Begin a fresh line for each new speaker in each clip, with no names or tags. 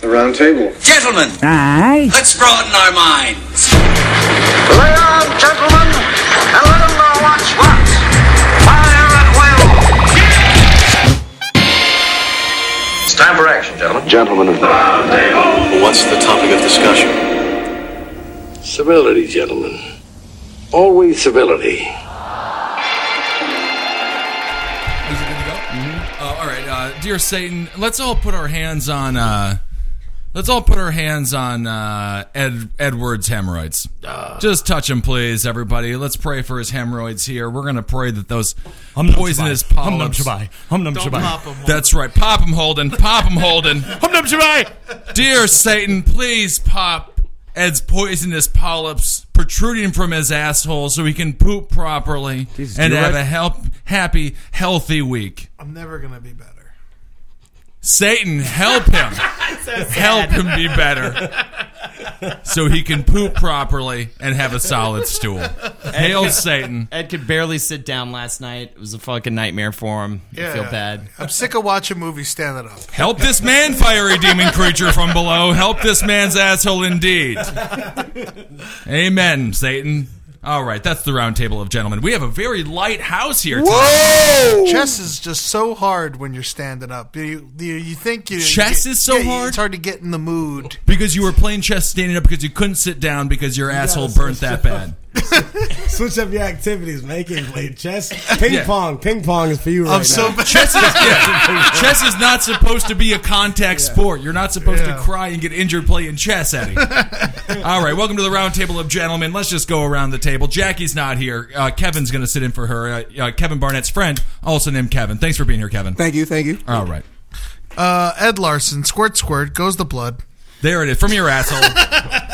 The round table.
Gentlemen,
Aye.
let's broaden our minds.
Lay on, gentlemen, and let 'em know what's what. Fire at will. It's time for action, gentlemen.
Gentlemen of the.
What's the topic of discussion?
Civility, gentlemen. Always civility.
Is it good to go? Uh, all right, uh, dear Satan, let's all put our hands on. Uh, let's all put our hands on uh, Ed Edward's hemorrhoids. Just touch him, please, everybody. Let's pray for his hemorrhoids here. We're gonna pray that those poisonous
Hum num
polyps.
shabai. Hum num shabai.
That's right. Pop him, Holden. Pop him, Holden.
Hum num shabai.
Dear Satan, please pop Ed's poisonous polyps protruding from his asshole so he can poop properly
Jesus,
and
you're
have
right.
a help, happy, healthy week.
I'm never going to be better.
Satan, help him. help him be better. So he can poop properly and have a solid stool. Hail Satan.
Ed could barely sit down last night. It was a fucking nightmare for him. I feel bad.
I'm sick of watching movies standing up.
Help this man, fiery demon creature from below. Help this man's asshole indeed. Amen, Satan. All right, that's the round table of gentlemen. We have a very light house here. Tonight.
Chess is just so hard when you're standing up. You, you, you think you
Chess is so
yeah, you-
hard?
It's hard to get in the mood.
Because you were playing chess standing up because you couldn't sit down because your asshole burnt that bad.
Switch up your activities, man. You can't play chess. Ping pong. Ping pong is for you right
I'm so
now.
bad.
Chess is, yeah. chess is not supposed to be a contact sport. You're not supposed
Yeah.
to cry and get injured playing chess, Eddie. All right, welcome to the round table of gentlemen. Let's just go around the table. Jackie's not here. Uh, Kevin's going to sit in for her. Uh, uh, Kevin Barnett's friend, also named Kevin. Thanks for being here, Kevin.
Thank you, thank you.
All right.
Uh, Ed Larson, squirt, squirt, goes the blood.
There it is. From your asshole.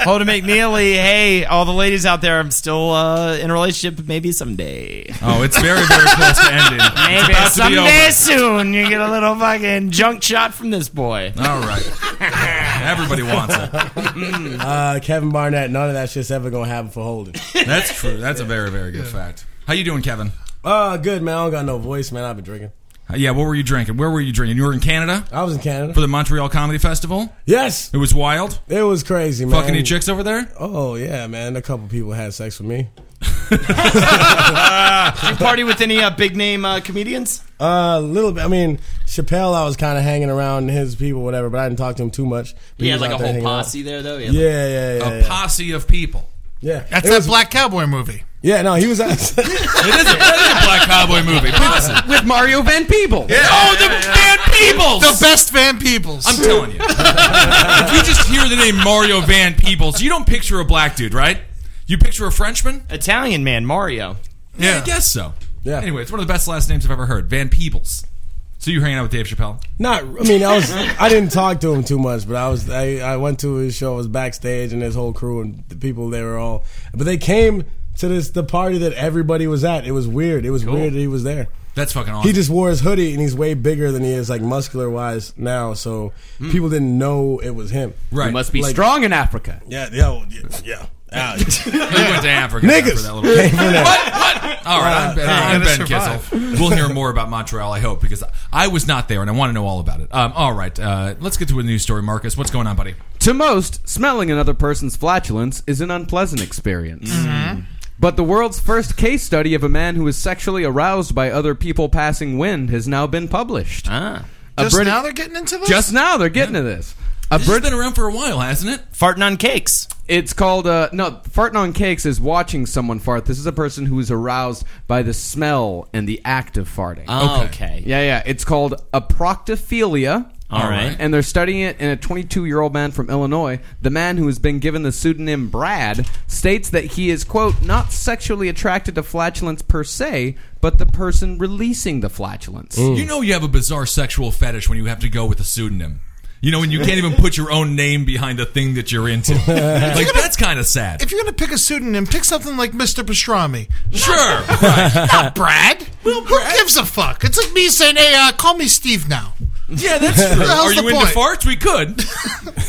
Holden McNeely, hey, all the ladies out there, I'm still uh, in a relationship maybe someday.
Oh, it's very, very close to ending. It's
Maybe
about to be
someday
over.
soon you get a little fucking junk shot from this boy.
All right. Everybody wants it.
Uh, Kevin Barnett, none of that shit's ever gonna happen for Holden.
That's true. That's a very, very good fact. How you doing, Kevin?
Uh, good man. I don't got no voice, man. I've been drinking.
Uh, yeah, what were you drinking? Where were you drinking? You were in Canada
I was in
for
Canada.
the Montreal Comedy Festival?
Yes,
It was wild.
it was crazy, man.
Fucking any chicks over there?
Oh yeah, man. A couple people had sex with me.
Did you party with any uh, big name uh, comedians?
Uh, a little bit. I mean, Chappelle, I was kind of hanging around his people, whatever, but I didn't talk to him too much. But
He had like
was out
a
there
whole
hanging out.
posse there though. He had,
Yeah, yeah, yeah.
A
yeah.
posse of people.
yeah.
That's
It
that
was-
Black Cowboy movie.
Yeah, no, he was. Out-
It is a, it is a black cowboy movie. Posse.
With Mario Van Peebles.
Oh, the Van Peebles!
The best Van Peebles.
I'm telling you. if you just hear the name Mario Van Peebles, you don't picture a black dude, right? You picture a Frenchman?
Italian man, Mario.
Yeah. I guess so.
Uh, Yeah.
Anyway, it's one of the best last names I've ever heard. Van Peebles. So you were hanging out with Dave Chappelle?
Not, I mean, I was. I didn't talk to him too much, but I was. I, I went to his show. I was backstage, and his whole crew and the people. They were all, but they came to this the party that everybody was at. It was weird. It was weird that he was there.
That's fucking awesome.
He just wore his hoodie, and he's way bigger than he is, like muscular wise now. So people didn't know it was him.
right.
You must be
Like-
strong in Africa.
Yeah, yeah, well, yeah. yeah.
he went to Africa for that
Niggas.
little
Came from there.
All right, I'm Ben, I'm
gotta
ben
Uh, survive.
Kissel. We'll hear more about Montreal, I hope, because I was not there and I want to know all about it. Um, all right, uh, let's get to a news story, Marcus. What's going on, buddy?
To most, smelling another person's flatulence is an unpleasant experience.
Mm-hmm.
But the world's first case study of a man who was sexually aroused by other people passing wind has now been published.
Ah.
A
Just
Brit-
now they're getting into this?
just now they're getting to this. A
This has
Brit-
been around for a while, hasn't it?
Farting on cakes.
It's called uh, no farting on cakes is watching someone fart. This is a person who is aroused by the smell and the act of farting.
Uh.
Oh,
Okay.
okay.
yeah, yeah. It's called aproctophilia.
All right.
And they're studying it in a 22-year-old man from Illinois. The man who has been given the pseudonym Brad states that he is quote not sexually attracted to flatulence per se, but the person releasing the flatulence.
You know you have a bizarre sexual fetish when you have to go with a pseudonym. You know, when you can't even put your own name behind the thing that you're into. like, that's kind of sad.
If you're going to pick a pseudonym, pick something like Mr. Pastrami.
Sure. right.
Not Brad. Who gives a fuck? It's like me saying, hey, uh, call me Steve now.
Yeah, that's true.
the hell's
Are you
the
into
point?
farts? We could.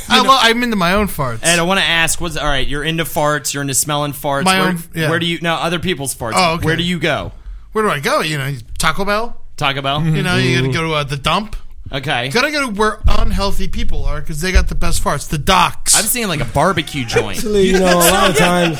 I, Uh, well, I'm into my own farts.
And I want to ask, what's all right? You're into farts. You're into smelling farts.
My
where,
own- yeah.
where do you? No, other people's farts.
Oh, okay.
Where do you go?
Where do I go? You know, Taco Bell?
Taco Bell.
Mm-hmm. You know, you got to go to uh, the dump?
Okay.
Gotta go to where unhealthy people are because they got the best farts. The docks.
I'm seeing like a barbecue joint.
Actually, you know, a lot of times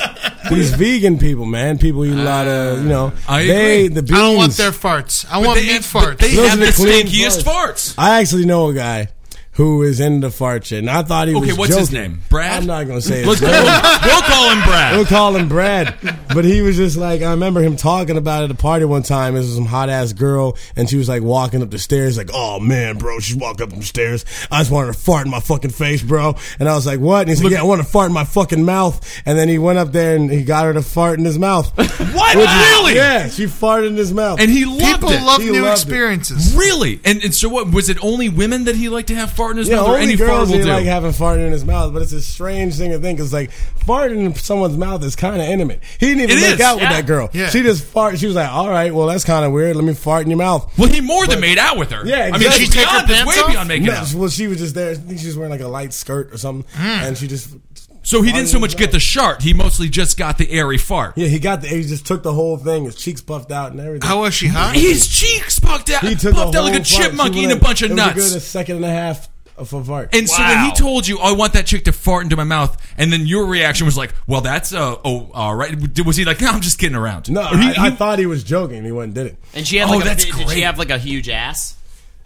these vegan people, man, people eat a lot of, you know,
I
they
agree.
the
I
beans.
don't want their farts. I want
they-
meat
but
farts.
They
Those
have
are
the
the clean
stinkiest farts.
I actually know a guy who is into fart shit, and I thought he was
Okay, what's his
joking.
name? Brad?
I'm not gonna say
Let's
his
call
name.
him, we'll call him Brad.
We'll call him Brad. But he was just like, I remember him talking about it at a party one time. This was some hot ass girl, and she was like walking up the stairs, like, oh man, bro, she walked up the stairs. I just wanted to fart in my fucking face, bro. And I was like, what? And he's like, yeah, I want to fart in my fucking mouth. And then he went up there and he got her to fart in his mouth.
What?
Which is-
Really?
Yeah, she farted in his mouth.
And he loved
people
it.
love
He
new
loved it.
experiences.
really? And, and so what? Was it only women that he liked to have fart in his
yeah,
mouth, or
only
any fart
girls
will
he
do?
like having farting in his mouth, but it's a strange thing to think because like farting in someone's mouth is kind of intimate. He didn't even
It
make
is,
out
yeah.
with that girl.
Yeah.
She just farted. She was like, "All right, well that's kind of weird. Let me fart in your mouth."
well, he more than made out with her.
Yeah,
I mean,
exactly.
she's
Did she
take her
beyond, it's
pants
way
off?
beyond making
No,
out. Hmm.
well, she was just there. I think she was wearing like a light skirt or something, and she just
So he didn't so much get the shart. He mostly just got the airy fart.
yeah, he got the he just took the whole thing. His cheeks puffed out and everything.
How was she hot?
His cheeks puffed out,
he took
puffed
the
out like a
whole fart.
chipmunk
She was
eating a
like-
bunch of
it was
nuts.
A good second and a half of a fart.
And so when he
Wow.
told you, "I want that chick to fart into my mouth," and then your reaction was like, "Well, that's uh, oh, all right." Was he like, "No, I'm just kidding around"?
no,
Or he-
I, I
he-
thought he was joking. He went and did it.
And she had
Oh,
like a,
that's
big- did
great.
she have like a huge ass?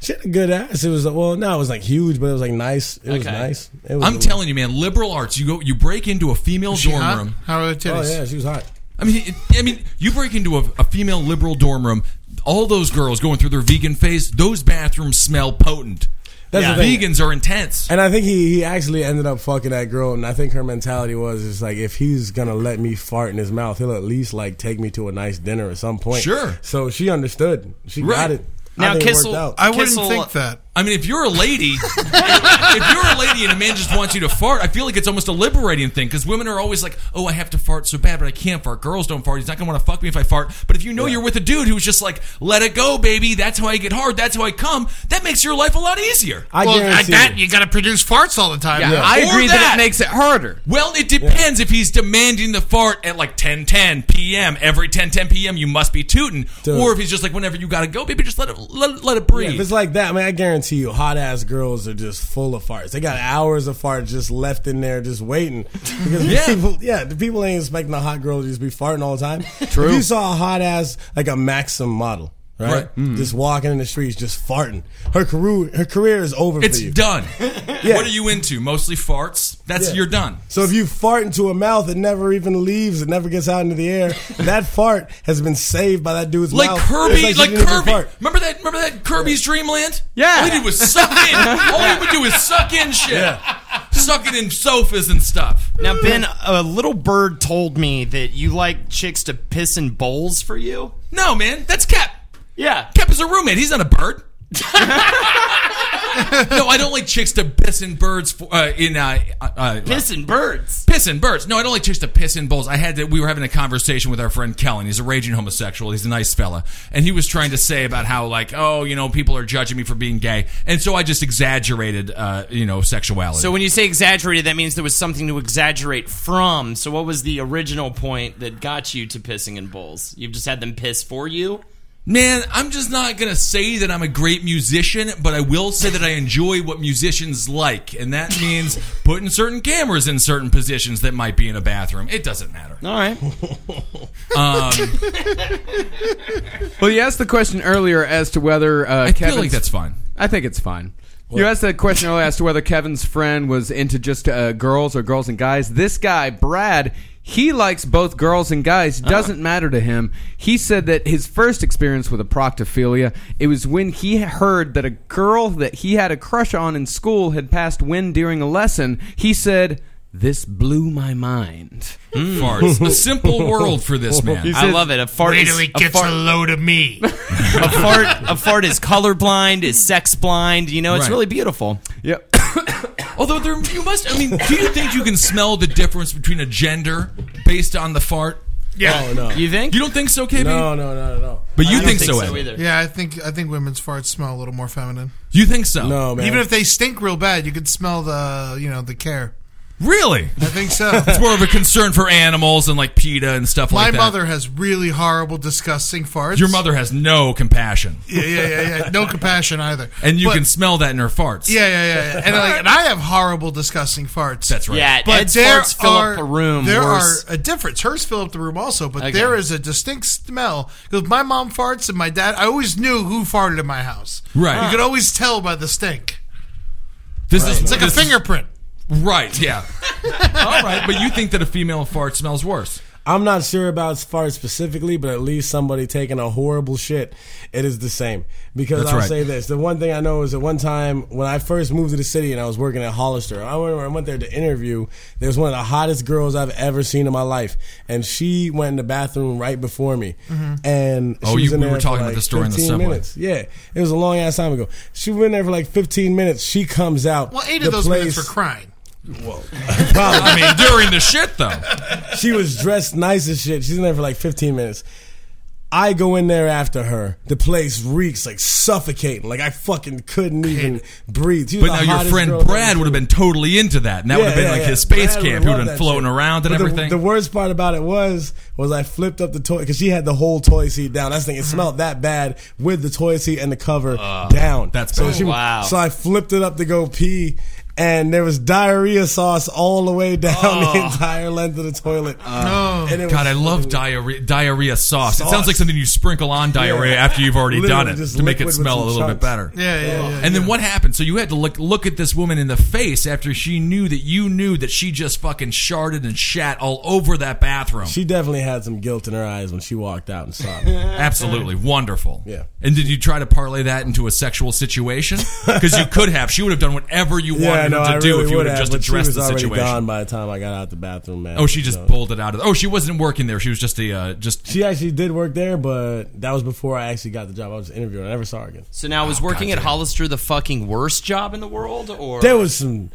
She had a good ass. It was well, no, it was like huge, but it was like nice. It was
Okay.
nice. It was
I'm telling you, man, liberal arts. You go, you break into a female
She
dorm
hot?
room.
How are the
Oh
titties?
yeah, she was hot.
I mean, it, I mean, you break into a, a female liberal dorm room. All those girls going through their vegan phase. Those bathrooms smell potent.
That's the thing.
Vegans are intense.
And I think he, he actually ended up fucking that girl, and I think her mentality was it's like if he's gonna let me fart in his mouth, he'll at least like take me to a nice dinner at some point.
Sure.
So she understood. She
Right.
got it.
Now,
I think it
Kissel-
worked out.
I wouldn't
Kissel-
think that.
I mean, if you're a lady, if you're a lady and a man just wants you to fart, I feel like it's almost a liberating thing because women are always like, "Oh, I have to fart so bad, but I can't fart." Girls don't fart. He's not gonna want to fuck me if I fart. But if you know you're with a dude who's just like, "Let it go, baby. That's how I get hard. That's how I come." That makes your life a lot easier.
I
well, at
guarantee.
that
you.
you gotta produce farts all the time.
Yeah, I
Or
agree that.
that.
it makes it harder.
Well, it depends if he's demanding the fart at like 10:10 p.m. Every 10:10 p.m. you must be tooting,
Dude.
or if he's just like, "Whenever you gotta go, baby, just let it let, it- let it breathe."
Yeah, if it's like that, I mean, I guarantee you, hot ass girls are just full of farts. They got hours of farts just left in there, just waiting. Because
Yeah.
people, yeah, the people ain't expecting a hot girl to just be farting all the time. True. If you saw a hot ass like a Maxim model. Right,
Right. Mm.
just walking in the streets, just farting. Her career, her career is over
It's
for you.
done.
Yeah.
What are you into? Mostly farts. That's
Yeah.
you're done.
So if you fart into a mouth, it never even leaves. It never gets out into the air. That fart has been saved by that dude's
Like
mouth.
Kirby,
It's she
like,
didn't even
Kirby.
fart.
Remember that? Remember that Kirby's Dreamland?
Yeah.
All he did was suck in. All he would do is suck in shit. Sucking in sofas and stuff.
Now, Ben, a little bird told me that you like chicks to piss in bowls for you.
No, man, that's Cap.
Yeah.
Cap is a roommate. He's not a bird. no, I don't like chicks to piss in birds for uh, in uh, uh, uh,
Pissing birds.
piss in birds. No, I don't like chicks to piss in bowls. I had to, we were having a conversation with our friend Kellen. He's a raging homosexual. He's a nice fella, and he was trying to say about how like oh you know people are judging me for being gay, and so I just exaggerated uh, you know sexuality.
So when you say exaggerated, that means there was something to exaggerate from. So what was the original point that got you to pissing in bowls? You've just had them piss for you?
Man, I'm just not gonna say that I'm a great musician, but I will say that I enjoy what musicians like, and that means putting certain cameras in certain positions that might be in a bathroom. It doesn't matter.
All right.
Well, you asked the question earlier as to whether uh,
I feel like that's fine.
I think it's fine. You asked that question earlier as to whether Kevin's friend was into just uh, girls or girls and guys. This guy, Brad, he likes both girls and guys. Doesn't matter to him. He said that his first experience with a proctophilia it was when he heard that a girl that he had a crush on in school had passed wind during a lesson. He said, "This blew my mind."
Farts. A simple world for this man.
I love it. A fart
Wait
is
till he
a
gets a
fart,
load of me.
a fart a fart is colorblind, is sex blind, you know, it's
Right.
really beautiful.
Yep.
Although there, you must. I mean, do you think you can smell the difference between a gender based on the fart?
Yeah.
Oh no,
You think?
You don't think so, KB?
no, no, no, no, no.
But you
I don't
think, so, Ed.
either.
Yeah, I think I think women's farts smell a little more feminine.
You think so?
No, man.
Even if they stink real bad, you could smell the you know the care.
Really?
I think so.
It's more of a concern for animals and like PETA and stuff
My
like that.
mother has really horrible, disgusting farts.
Your mother has no compassion.
Yeah, yeah, yeah, yeah. No compassion either.
And you
But-
can smell that in her farts.
Yeah, yeah, yeah. yeah. And, like, and I have horrible, disgusting farts.
That's right.
Yeah,
But
Ed's
there
farts fill
are
up a room.
There
worse.
are a difference. Hers fill up the room also, but
Okay.
there is a distinct smell. Because my mom farts and my dad, I always knew who farted in my house.
Right.
You could always tell by the stink.
This is
It's like a
this is-
fingerprint.
Right, yeah. All right, but you think that a female fart smells worse.
I'm not sure about fart specifically, but at least somebody taking a horrible shit, it is the same. Because
That's
I'll
right.
say this: the one thing I know is that one time when I first moved to the city and I was working at Hollister, I went, I went there to interview. There was one of the hottest girls I've ever seen in my life, and she went in the bathroom right before me.
Mm-hmm.
And
Oh,
she was
you-
in
we
there
were
for
talking about
like
this story in the
15
subway.
Minutes. Yeah, it was a long ass time ago. She went in there for like 15 minutes. She comes out.
Well, eight
The
of those minutes
place-
were crying.
Probably.
I mean, during the shit though.
she was dressed nice as shit. She's in there for like 15 minutes. I go in there after her. The place reeks like suffocating. Like I fucking couldn't even breathe. She was
But
the
now your
hottest girl
friend
I've
Brad
ever
would have been
seen.
totally into that, and that would have
Yeah,
been
yeah,
like
yeah.
his space camp.
Brad would've
He would
loved
have been
that
floating
shit.
around and
But the-
everything.
The worst part about it was was I flipped up the toy because she had the whole toy seat down. That's the thing.
Mm-hmm.
It smelled that bad with the toy seat and the cover down.
Uh, that's
so
bad.
she-
Wow.
So I flipped it up to go pee. And there was diarrhea sauce all the way down the entire length of the toilet.
No.
And it was
Oh. Uh, God, I love
fucking-
diarrhea, diarrhea sauce. It sounds
Sauce.
like something you sprinkle on diarrhea
Yeah.
after you've already
Literally
done it
just
to make it
liquid with
smell a
some
little bit
chunks.
better.
Yeah, yeah, yeah.
And then
yeah.
what happened? So you had to look look at this woman in the face after she knew that you knew that she just fucking sharded and shat all over that bathroom.
She definitely had some guilt in her eyes when she walked out and saw me.
Absolutely wonderful.
Yeah.
And did you try to parlay that into a sexual situation? Because you could have. She would have done whatever you wanted her to do if you would have just
but she
addressed
was
the
already
situation.
Gone by the time I got out the bathroom, man.
Oh, she just
So-
bolted out of. The, oh, she wasn't working there. She was just a uh, just.
She actually did work there, but that was before I actually got the job. I was interviewing. I never saw her again.
so now was working at Hollister the fucking worst job in the world, or
There was some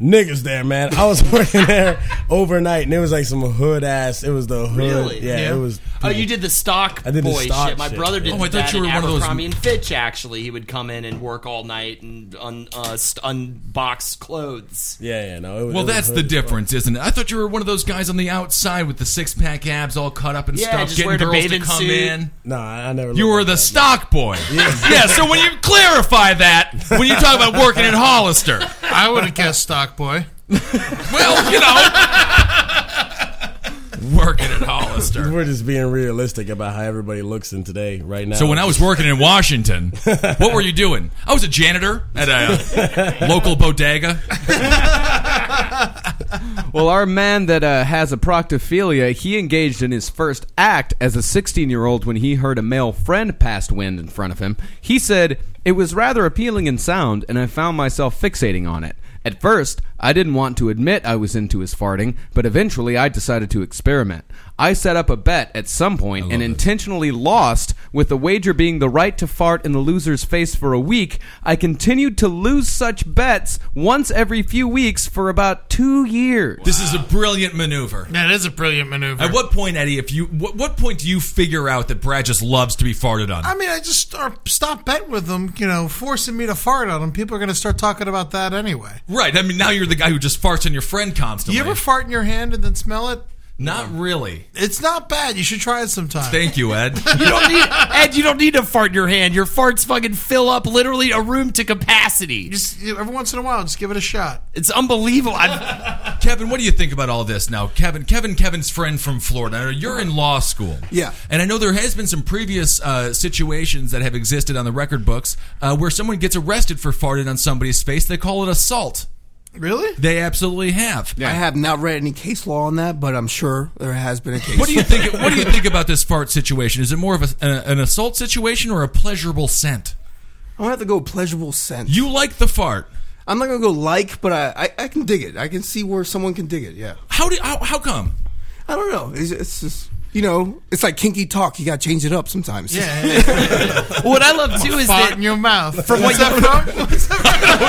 niggas there, man. I was working there overnight, and it was like some hood ass. It was the hood.
Really?
Yeah,
Yeah.
it was.
Oh, you did the stock
I did the
boy
stock
shit. My
shit,
brother
yeah.
did
Oh, I thought
that
you were
in
one of those-
Abercrombie and Fitch. Actually, he would come in and work all night and un, uh, st- unbox clothes.
Yeah, yeah, no. It was,
Well,
it was
that's
hood
the
as fuck.
difference, isn't it? I thought you were one of those guys on the outside with the six pack abs all cut up and
Yeah,
stuff,
just
getting
wearing a
girls to
bathing
come
suit.
in.
Nah, I never.
You
looked
were
like
the
that.
stock boy. yeah, so when you clarify that, when you talk about working at Hollister,
I would have guessed Stock Boy.
well, you know. working at Hollister.
We're just being realistic about how everybody looks in today, right now.
So when I was working in Washington, what were you doing? I was a janitor at a uh, local bodega.
Well, our man that uh, has a proctophilia, he engaged in his first act as a 16 year old when he heard a male friend pass wind in front of him. He said, It was rather appealing in sound, and I found myself fixating on it. At first, I didn't want to admit I was into his farting, but eventually I decided to experiment. I set up a bet at some point and intentionally lost, with the wager being the right to fart in the loser's face for a week. I continued to lose such bets once every few weeks for about two years.
This is a brilliant maneuver.
That is a brilliant maneuver.
At what point, Eddie, if you what, what point do you figure out that Brad just loves to be farted on?
I mean, I just start, stop betting with them, you know, forcing me to fart on them. People are going to start talking about that anyway.
right. I mean, now you're the guy who just farts on your friend
Do
constantly.
you ever fart in your hand and then smell it?
Not really.
It's not bad. You should try it sometime.
Thank you, Ed.
You don't need Ed. You don't need to fart in your hand. Your farts fucking fill up literally a room to capacity.
Just you- every once in a while, just give it a shot.
It's unbelievable. I've,
Kevin, what do you think about all this now? Kevin, Kevin, Kevin's friend from Florida. I know You're in law school.
Yeah.
And I know there has been some previous uh, situations that have existed on the record books uh, where someone gets arrested for farting on somebody's face. They call it assault.
Really?
They absolutely have.
I have not read any case law on that, but I'm sure there has been a case.
What do you think? What do you think about this fart situation? Is it more of a, a, an assault situation or a pleasurable scent?
I'm gonna have to go pleasurable scent.
You like the fart.
I'm not gonna go like, but I, I I can dig it. I can see where someone can dig it. Yeah.
How do? How, how come?
I don't know. It's, it's just you know, it's like kinky talk. You got to change it up sometimes.
Yeah. yeah, yeah.
what I love too is
fart
that
in your mouth. From
what
What's that from? What's that from?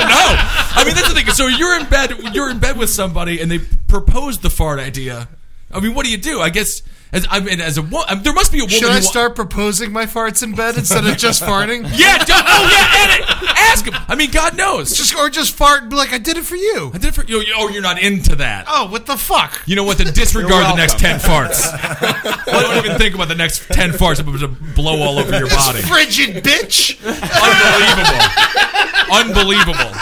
no. I mean, that's the thing. So you're in bed. You're in bed with somebody, and they propose the fart idea. I mean, what do you do? I guess as I mean, as a woman, there must be a woman.
Should I
who-
start proposing my farts in bed instead of just farting?
Yeah, don't, oh yeah, edit. Ask him. I mean, God knows.
Just or just fart and be like, I did it for you.
I did it for you. Oh, you're not into that.
Oh, what the fuck?
You know what? Then disregard the
welcome.
next ten farts. I don't even think about the next ten farts. I'm going to blow all over your body.
Frigid bitch.
Unbelievable. Unbelievable.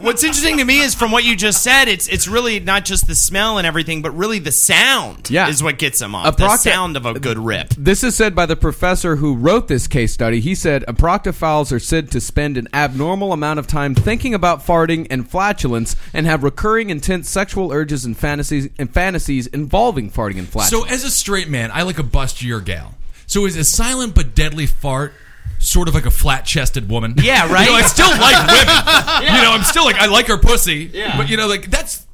What's interesting to me is from what you just said, it's it's really not just the smell and everything, but really the sound
Yeah.
is what gets them off.
A
the
proc-
sound of a good rip.
This is said by the professor who wrote this case study. He said aproctophiles are said to spend an abnormal amount of time thinking about farting and flatulence and have recurring intense sexual urges and fantasies and fantasies involving farting and
So
flatulence.
as a straight man, I like a bust your gal. So is a silent but deadly fart sort of like a flat chested woman?
Yeah, right?
You know, I still like women. You know, I'm still like I like her pussy. But you know, like that's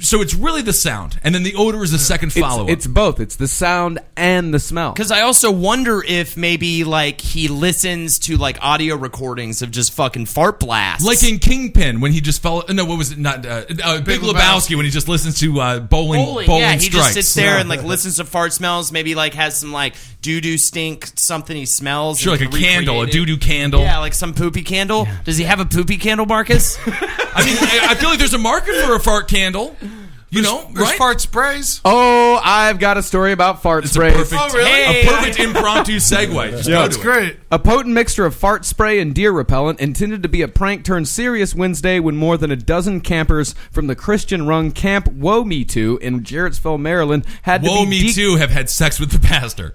so it's really the sound, and then the odor is the second follow up.
it's, it's both. It's the sound and the smell.
Because I also wonder if maybe like he listens to like audio recordings of just fucking fart blasts.
like in Kingpin when he just fell. No, what was it? Not uh, uh, Big Lebowski when he just listens to uh, bowling, bowling.
yeah, he just
strikes.
sits there and like listens to fart smells. Maybe like has some like doo doo stink something he smells.
Sure,
and
like a
can recreate
candle, a
it.
doo doo candle.
Yeah, like some poopy candle. Does he have a poopy candle, Marcus?
I mean, I, I feel like there's a market for a fart candle. You know,
There's
right?
fart sprays.
oh, I've got a story about fart
It's
sprays.
a perfect,
Oh,
really?
a perfect impromptu segue. Just go
That's
to it.
great.
A potent mixture of fart spray and deer repellent intended to be a prank turned serious Wednesday when more than a dozen campers from the Christian run Camp Woe Me Too in Jarrettsville, Maryland had
Woe
to be
me
de-
too have had sex with the pastor.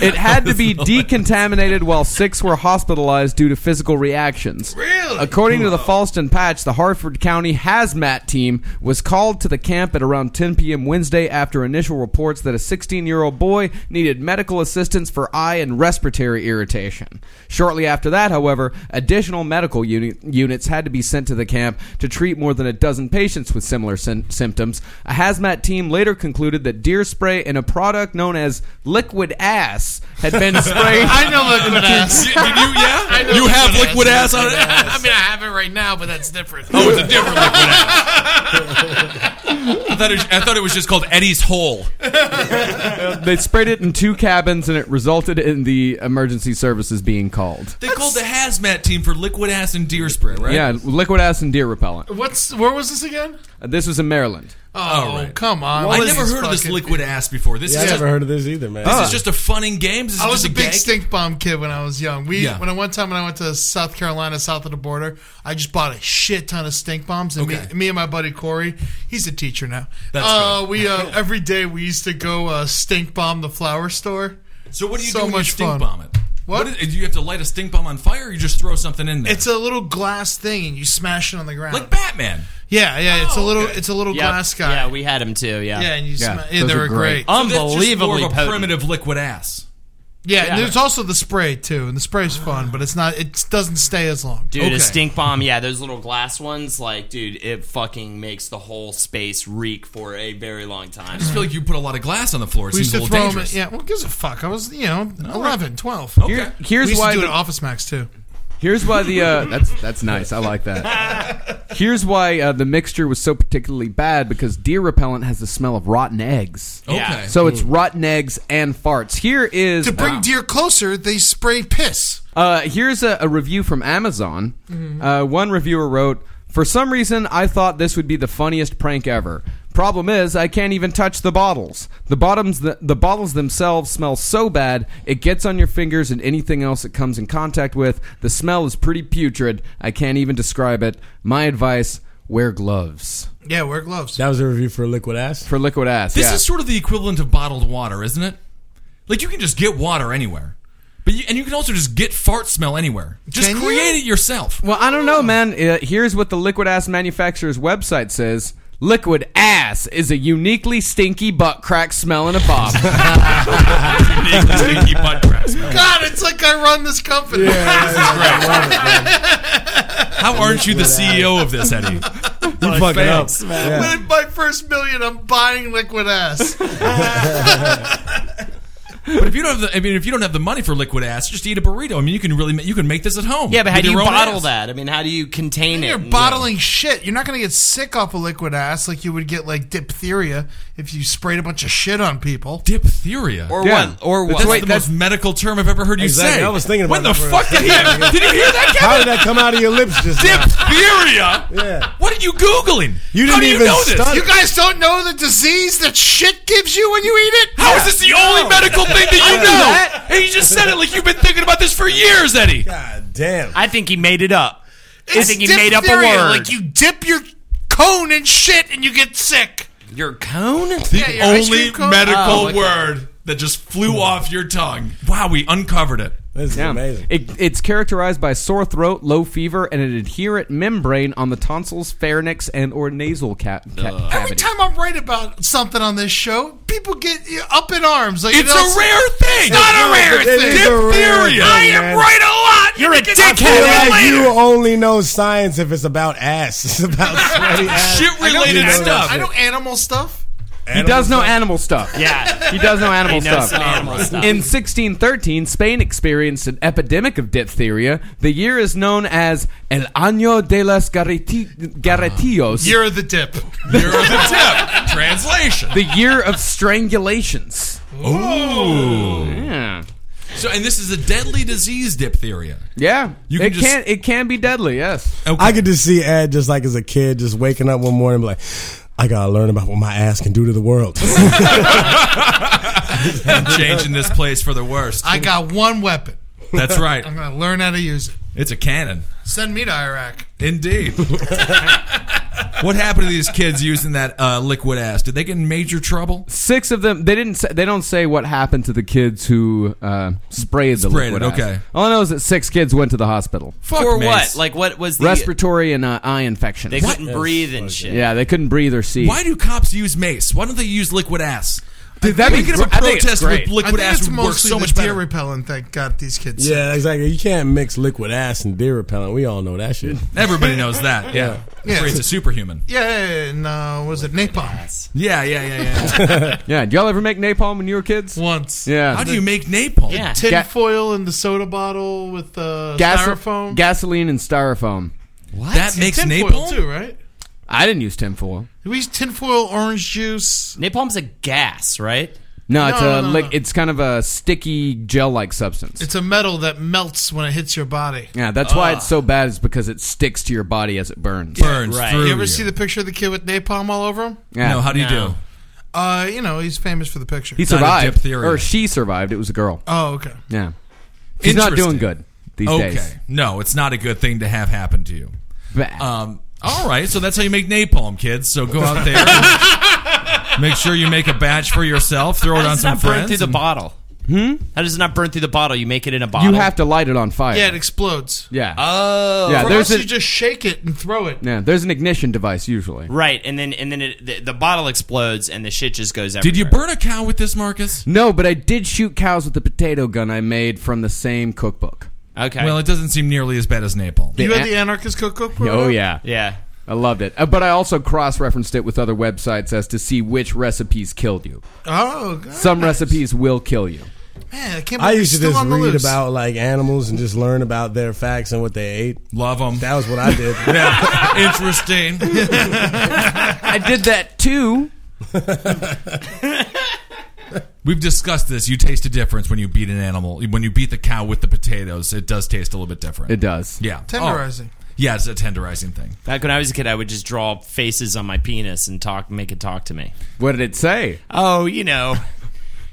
It had to be decontaminated while six were hospitalized due to physical reactions. Really? According to the Falston Patch, the Hartford County hazmat team was called to the camp at around 10 p.m. Wednesday after initial reports that a 16 year old boy needed medical assistance for eye and respiratory irritation. Shortly after that, however, additional medical uni- units had to be sent to the camp to treat more than a dozen patients with similar syn- symptoms. A hazmat team later concluded that deer spray and a product known as liquid ass had been sprayed.
I know liquid ass.
Did you? Yeah,
I know
you have
liquid
liquid ass,
ass.
on it.
I mean, I have it right now, but that's different.
Oh, it's a different liquid ass. I thought, it was, I thought it was just called Eddie's Hole.
they sprayed it in two cabins, and it resulted in the emergency services being called.
They called the hazmat team for liquid ass and deer spray, right?
Yeah, liquid ass and deer repellent.
What's where was this again?
Uh, This was in Maryland.
Oh,
right.
come on!
I
What is
never
this
heard of this
fucking-
liquid ass before. This
Yeah, I
is just,
never heard of this either, man.
this is just a fun and games. This is
I was
just
a big
gag.
stink bomb kid when I was young. We
Yeah.
when I one time when I went to South Carolina, south of the border, I just bought a shit ton of stink bombs. And
Okay.
me, me and my buddy Corey, he's a teacher now.
That's
uh,
good.
we uh, every day we used to go uh, stink bomb the flower store.
So what do you
So
do when you
much
stink
fun.
bomb it?
What?
is- do you have to light a stink bomb on fire? or You just throw something in there.
It's a little glass thing, and you smash it on the ground.
like Batman.
yeah, yeah. It's a
Oh,
little,
okay.
it's a little
Yeah,
glass guy.
Yeah, we Oh, had him too. Yeah,
yeah, and you
Yeah,
sma- yeah,
those
they
are
were
great.
great.
So that's just more
unbelievably
of a
potent.
primitive liquid ass.
Yeah,
Yeah.
and there's also the spray too, and the spray's fun, but it's not. It doesn't stay as long.
Dude,
Okay.
a stink bomb, yeah, those little glass ones, like, dude, it fucking makes the whole space reek for a very long time.
I feel like you put a lot of glass on the floor. It
We
seems
used
a
to
little
throw them.
dangerous.
yeah, well, gives a fuck. I was, you know, 11, 12.
Okay.
Here-
We
here's
used
why.
to do it
the-
at Office Max too.
Here's why the uh, that's that's nice. I like that. Here's why uh, the mixture was so particularly bad because deer repellent has the smell of rotten eggs.
Okay.
So it's rotten eggs and farts. Here is
To bring deer closer, they spray piss.
Uh, here's a, a review from Amazon. Uh, one reviewer wrote, "For some reason, I thought this would be the funniest prank ever. Problem is, I can't even touch the bottles. The bottoms, the, the bottles themselves smell so bad it gets on your fingers and anything else it comes in contact with. The smell is pretty putrid. I can't even describe it. My advice: wear gloves
Yeah, wear gloves.
that was a review for liquid ass.
for liquid ass.
This
yeah.
is sort of the equivalent of bottled water, isn't it? Like you can just get water anywhere, but you, and you can also just get fart smell anywhere. Just
Can you?
create it yourself.
Well, I don't know, man. Uh, here's what the Liquid Ass manufacturer's website says. Liquid ass is a uniquely stinky butt crack smell in a bob.
stinky butt crack smell.
God, it's like I run this company.
How aren't you the CEO of this, Eddie?
You fucking up. Yeah.
When my first million, I'm buying liquid ass.
But if you don't have the, I mean, if you don't have the money for liquid ass, just eat a burrito. I mean, you can really, ma- you can make this at home.
Yeah, but how
with
do you
your own
bottle
ass.
that? I mean, how do you contain it?
You're bottling shit. You're not going to get sick off a liquid ass like you would get like diphtheria if you sprayed a bunch of shit on people.
Diphtheria.
Or
Yeah.
what? Or what?
That's
Wait,
the
that's-
most medical term I've ever heard you
Exactly.
say.
I was thinking about
When the
that for a
fuck did you,
second.
did you hear that,
How
Kevin?
did that come out of your lips just now?
Diphtheria.
Yeah.
What are you googling?
You
how
didn't
do you
even
know this?
study.
You guys don't know the disease that shit gives you when you eat it?
How is this the only medical thing that you
I knew
know?
that.
And you just said it like you've been thinking about this for years, Eddie.
God damn.
I think he made it up. I
It's
think he made up a
diphtheria,
word.
Like you dip your cone in shit and you get sick.
Your cone?
The
your ice
only
cream cone?
medical
Oh, okay.
word that just flew off your tongue. Wow, we uncovered it.
This is
Yeah.
amazing.
It, it's characterized by sore throat, low fever, and an adherent membrane on the tonsils, pharynx, and or nasal ca- ca-
Every
cavity.
time I'm right about something on this show, people get up in arms. Like, you
It's
know,
a rare thing. not
a rare
It thing. is a rare
Diphtheria.
thing,
I am
man.
right a lot. You're a
I feel like you only know science if it's about ass. It's about sweaty ass.
Shit related
I don't-
stuff.
I know animal stuff.
He does know animal stuff.
Yeah.
He does know animal
He knows
stuff.
some
Um,
animal stuff.
In 1613, Spain experienced an epidemic of diphtheria. The year is known as El Año de las Garriti- Garretillos,
You're the dip.
You're the tip. Translation.
the year of strangulations. Ooh. Yeah.
So, and this is a deadly disease, diphtheria.
Yeah.
You
it
can just-
can it can be deadly, yes.
Okay.
I could just see Ed just like as a kid, just waking up one morning, and be like, I gotta learn about what my ass can do to the world.
changing this place for the worst.
I got one weapon.
That's right.
I'm going to learn how to use it.
It's a cannon.
Send me to Iraq.
Indeed. what happened to these kids using that uh, liquid ass? Did they get in major trouble?
Six of them. They didn't. Say, they don't say what happened to the kids who uh, sprayed the
Sprayed
liquid.
it,
ass.
okay.
All I know is that six kids went to the hospital.
For
Mace.
what? Like what was the
Respiratory and uh, eye infection.
They couldn't breathe and shit.
Yeah, they couldn't breathe or see.
Why do cops use mace? Why don't they use liquid ass?
Dude, that'd be
Thinking of
gr-
a
I think it's
protest with
great.
I
liquid
think
ass
it's
would work
mostly
so
the
much
deer
better.
repellent that got these kids. sick.
yeah, exactly. You can't mix liquid ass and deer repellent. We all know that shit.
Everybody knows that. Yeah.
Yeah.
Creates a superhuman.
Yeah, yeah, yeah, and uh, what was it napalm?
Yeah, yeah, yeah, yeah.
Yeah, do y'all ever make napalm when you were kids?
Once.
Yeah.
How do you make napalm?
Yeah.
Tin
Ga-
foil in the soda bottle with the
Gas-
styrofoam.
gasoline, and styrofoam?
What?
That makes
tin foil
napalm?
too, right?
I didn't use tinfoil.
We use tinfoil, orange juice.
napalm's a gas, right?
No, it's
No,
a
no, no,
lick
no.
it's kind of a sticky gel-like substance.
It's a metal that melts when it hits your body.
yeah, that's why it's
Ah.
so bad. Is because it sticks to your body as it burns.
Burns
Right.
through
You ever see the picture of the kid with napalm all over him?
Yeah.
No, how do you
No.
do?
Uh, you know, he's famous for the picture.
he
died of
survived,
diphtheria.
or she survived. It was a girl.
oh, okay.
Yeah, he's not
Interesting.
doing good these
Okay.
days.
No, it's not a good thing to have happen to you.
Uh,
Bah.
Um, all right, so that's how you make napalm, kids. So go out there, and make sure you make a batch for yourself, throw it
How
on
does it
some
not burn
friends.
through the
and-
bottle? Hmm? How does it not burn through the bottle? You make it in a bottle.
you have to light it on fire.
Yeah, it explodes.
yeah.
Oh.
yeah,
For
there's
us,
a,
you just shake it and throw it.
yeah, there's an ignition device usually.
Right, and then and then it, the, the bottle explodes and the shit just goes everywhere.
Did you burn a cow with this, Marcus?
No, but I did shoot cows with the potato gun I made from the same cookbook.
Okay.
Well, it doesn't seem nearly as bad as napalm.
You
The
had
an-
the anarchist cookbook. growing
Oh
up?
yeah,
yeah.
I loved it. Uh, but I also cross-referenced it with other websites as to see which recipes killed you.
Oh, God.
Some recipes will kill you.
man, I can't believe
I
he's
used to
still
just
on the
read
loose.
about like animals and just learn about their facts and what they ate.
Love them.
That was what I did.
Interesting.
I did that too.
We've discussed this. You taste a difference when you beat an animal. When you beat the cow with the potatoes, it does taste a little bit different.
It does.
Yeah.
Tenderizing.
Oh. Yeah, it's a tenderizing thing.
Back when I was a kid, I would just draw faces on my penis and talk, make it talk to me.
What did it say?
Oh, you know,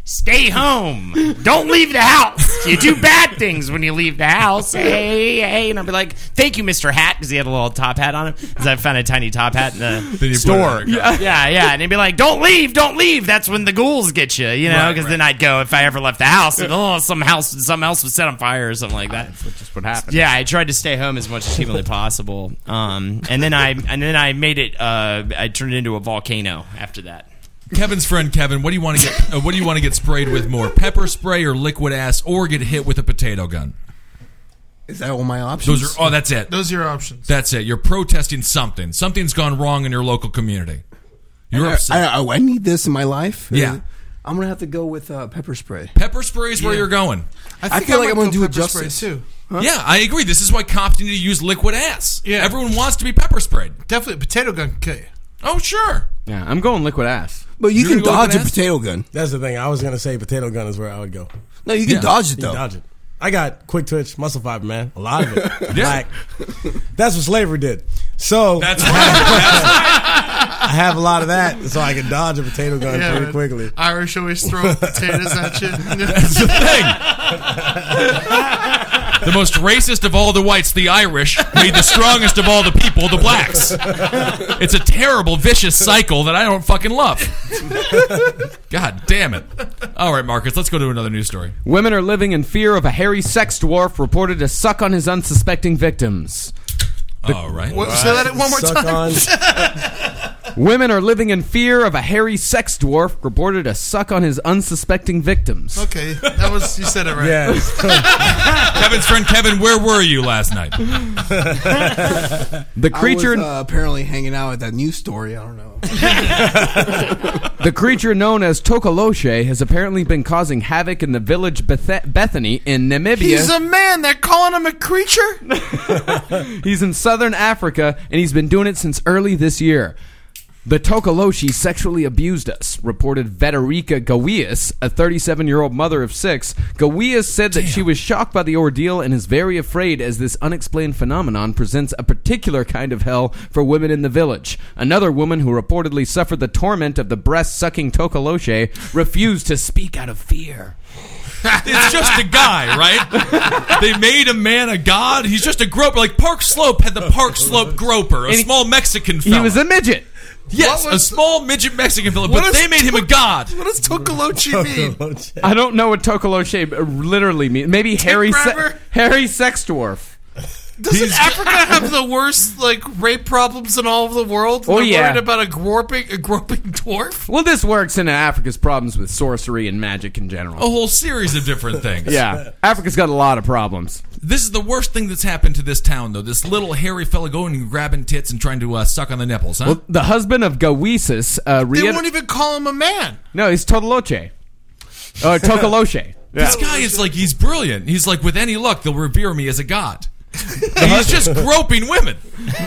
stay home. Don't leave the house. You do bad things when you leave the house. Hey, hey, and I'd be like, "Thank you, Mister Hat," because he had a little top hat on him. Because I found a tiny top hat in
Then you
the
put
store.
it in the
Yeah. yeah, and he'd be like, "Don't leave, don't leave." That's when the ghouls get you, you know.
Right,
Because
right.
then I'd go if I ever left the house, and oh, some house, some house was set on fire or something like that.
Ah,
Just what happened.
Yeah, I tried to stay home as much as humanly possible. Um, and then I and then I made it. Uh, I turned it into a volcano after that.
Kevin's friend Kevin, what do you want to get? Uh, what do you want to get sprayed with more, pepper spray or liquid ass, or get hit with a potato gun?
Is that all my options?
Those are. Oh, that's it.
Those are your options.
That's it. You're protesting something. Something's gone wrong in your local community. You're
I,
upset.
I, I need this in my life.
yeah.
I'm gonna have to go with uh, pepper spray.
Pepper spray is where you're going.
I, feel like I'm gonna do it justice too.
Yeah, I agree. This is why cops need to use liquid ass. Yeah, everyone wants to be pepper sprayed.
Definitely, a potato gun can kill you.
Oh sure.
Yeah, I'm going liquid ass.
But you
You're
can
gonna go with
dodge a
an ass?
potato gun.
That's the thing. I was gonna say potato gun is where I would go.
No, you can
Yeah.
dodge it
You
though.
dodge it. I got quick twitch muscle fiber, man. A lot of it.
Yeah.
Like, that's what slavery did. So
That's right.
I have a lot of that, so I can dodge a potato gun
Yeah, Uh,
pretty
man.
quickly.
Irish always throw potatoes at
That's
you.
the thing. The most racist of all the whites, the Irish, made the strongest of all the people, the blacks. It's a terrible, vicious cycle that I don't fucking love. God damn it. All right, Marcus, let's go to another news story.
Women are living in fear of a hairy sex dwarf reported to suck on his unsuspecting victims.
all right.
What, say that one more
Suck
time.
on.
Women are living in fear of a hairy sex dwarf reported to suck on his unsuspecting victims.
Okay, that was you said it right.
Yeah.
Kevin's friend Kevin, where were you last night?
The creature
I was, uh, apparently hanging out at that news story. I don't know.
The creature known as Tokoloshe has apparently been causing havoc in the village Bethe- Bethany in Namibia.
He's a man. They're calling him a creature.
He's in southern Africa, and he's been doing it since early this year. The Tokoloshi sexually abused us, reported Veterica Gawias, a 37 year old mother of six. Gawias said that she was shocked by the ordeal and is very afraid as this unexplained phenomenon presents a particular kind of hell for women in the village. Another woman who reportedly suffered the torment of the breast sucking Tokoloshi refused to speak out of fear.
It's just a guy, right? They made a man a god. He's just a groper. Like Park Slope had the Park Slope groper, a
he-
small Mexican
He
fella.
was a midget.
yes, a small midget Mexican fella, but
is-
they made him a god.
What does Tokolochi mean?
I don't know what Tokoloshi literally means. Maybe hairy, se-
grabber?
hairy sex dwarf.
Doesn't Africa have the worst like rape problems in all of the world?
Oh,
They're
yeah.
worried about a groping a groping dwarf.
Well, this works in Africa's problems with sorcery and magic in general.
A
Oh,
whole series of different things.
yeah. Africa's got a lot of problems.
This is the worst thing that's happened to this town, though. This little hairy fella going and grabbing tits and trying to uh, suck on the nipples, huh?
Well, the husband of Gawesis, uh,
They
reiter-
won't even call him a man.
no, he's Totoloche. Or Tokoloche.
this guy is like, he's brilliant. He's like, with any luck, they'll revere me as a god. he's just groping women.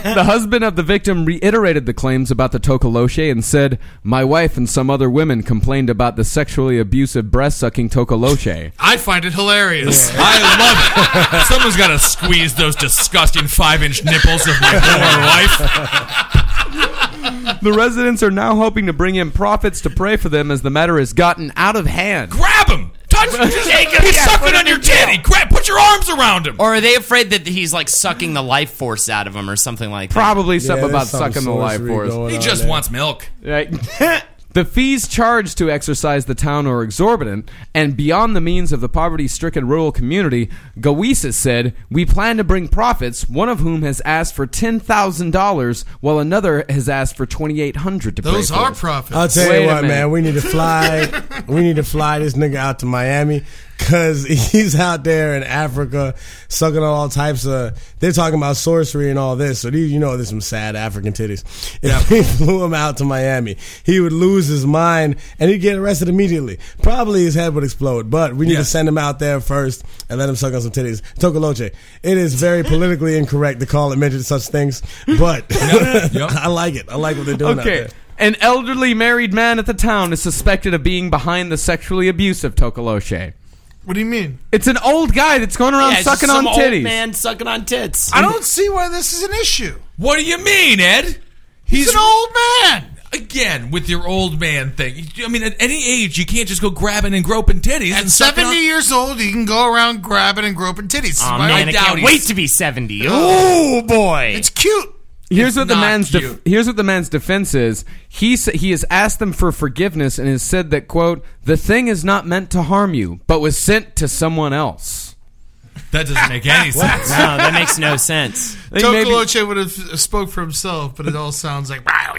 the husband of the victim reiterated the claims about the Tokoloche and said, My wife and some other women complained about the sexually abusive breast sucking Tokoloche.
I find it hilarious.
I love it. Someone's got to squeeze those disgusting five inch nipples of my former wife.
the residents are now hoping to bring in prophets to pray for them as the matter has gotten out of hand.
Grab him. Touch him. he's
yeah, put
sucking
him
on your
in jail.
titty. Grab, put your arms around
Oh,
him.
Or are they afraid that he's like sucking the life force out of him or something like that?
Probably something
there's
about
some
sucking the life
sorcery
force.
going
he
on
just
there.
wants milk.
Right. the fees charged to exercise the town are exorbitant and beyond the means of the poverty stricken rural community. Gawesis said, We plan to bring profits, one of whom has asked for $10,000, while another has asked for 2800 to pay
Those
for
are
it.
profits.
I'll tell
Wait
you
a
what,
minute.
man. We need to fly. we need to fly this nigga out to Miami because he's out there in Africa sucking on all types of. They're talking about sorcery and all this. So these, you know, there's some sad African titties. If we flew him out to Miami, he would lose his mind and he'd get arrested immediately. Probably his head would explode. But we need to
Yes.
send him out there first and let him suck on some titties. Tokoloche. It is very politically incorrect to call it midget such things, but
Yep.
I like it. I like what they're doing out
Okay.
there.
An elderly married man at the town is suspected of being behind the sexually abusive Tokoloche.
what do you mean?
It's an old guy that's going around
Yeah, it's just
sucking on
some
titties.
Old man sucking on tits.
I don't see why this is an issue.
What do you mean, Ed?
He's, an old man.
Again, with your old man thing. I mean, at any age, you can't just go grabbing and groping titties.
At
and sucking
70
on-
years old, he can go around grabbing and groping titties.
Aw,
Why-
man, I,
I doubt
can't
he's-
wait to be 70. Oh, boy.
It's cute.
Here's what the
not
man's def-
cute.
here's what the man's defense is. He sa- he has asked them for forgiveness and has said that quote the thing is not meant to harm you, but was sent to someone else.
That doesn't make any sense.
no, that makes no sense.
I think maybe-
Tokoloche would have spoke for himself, but it all sounds like.
Why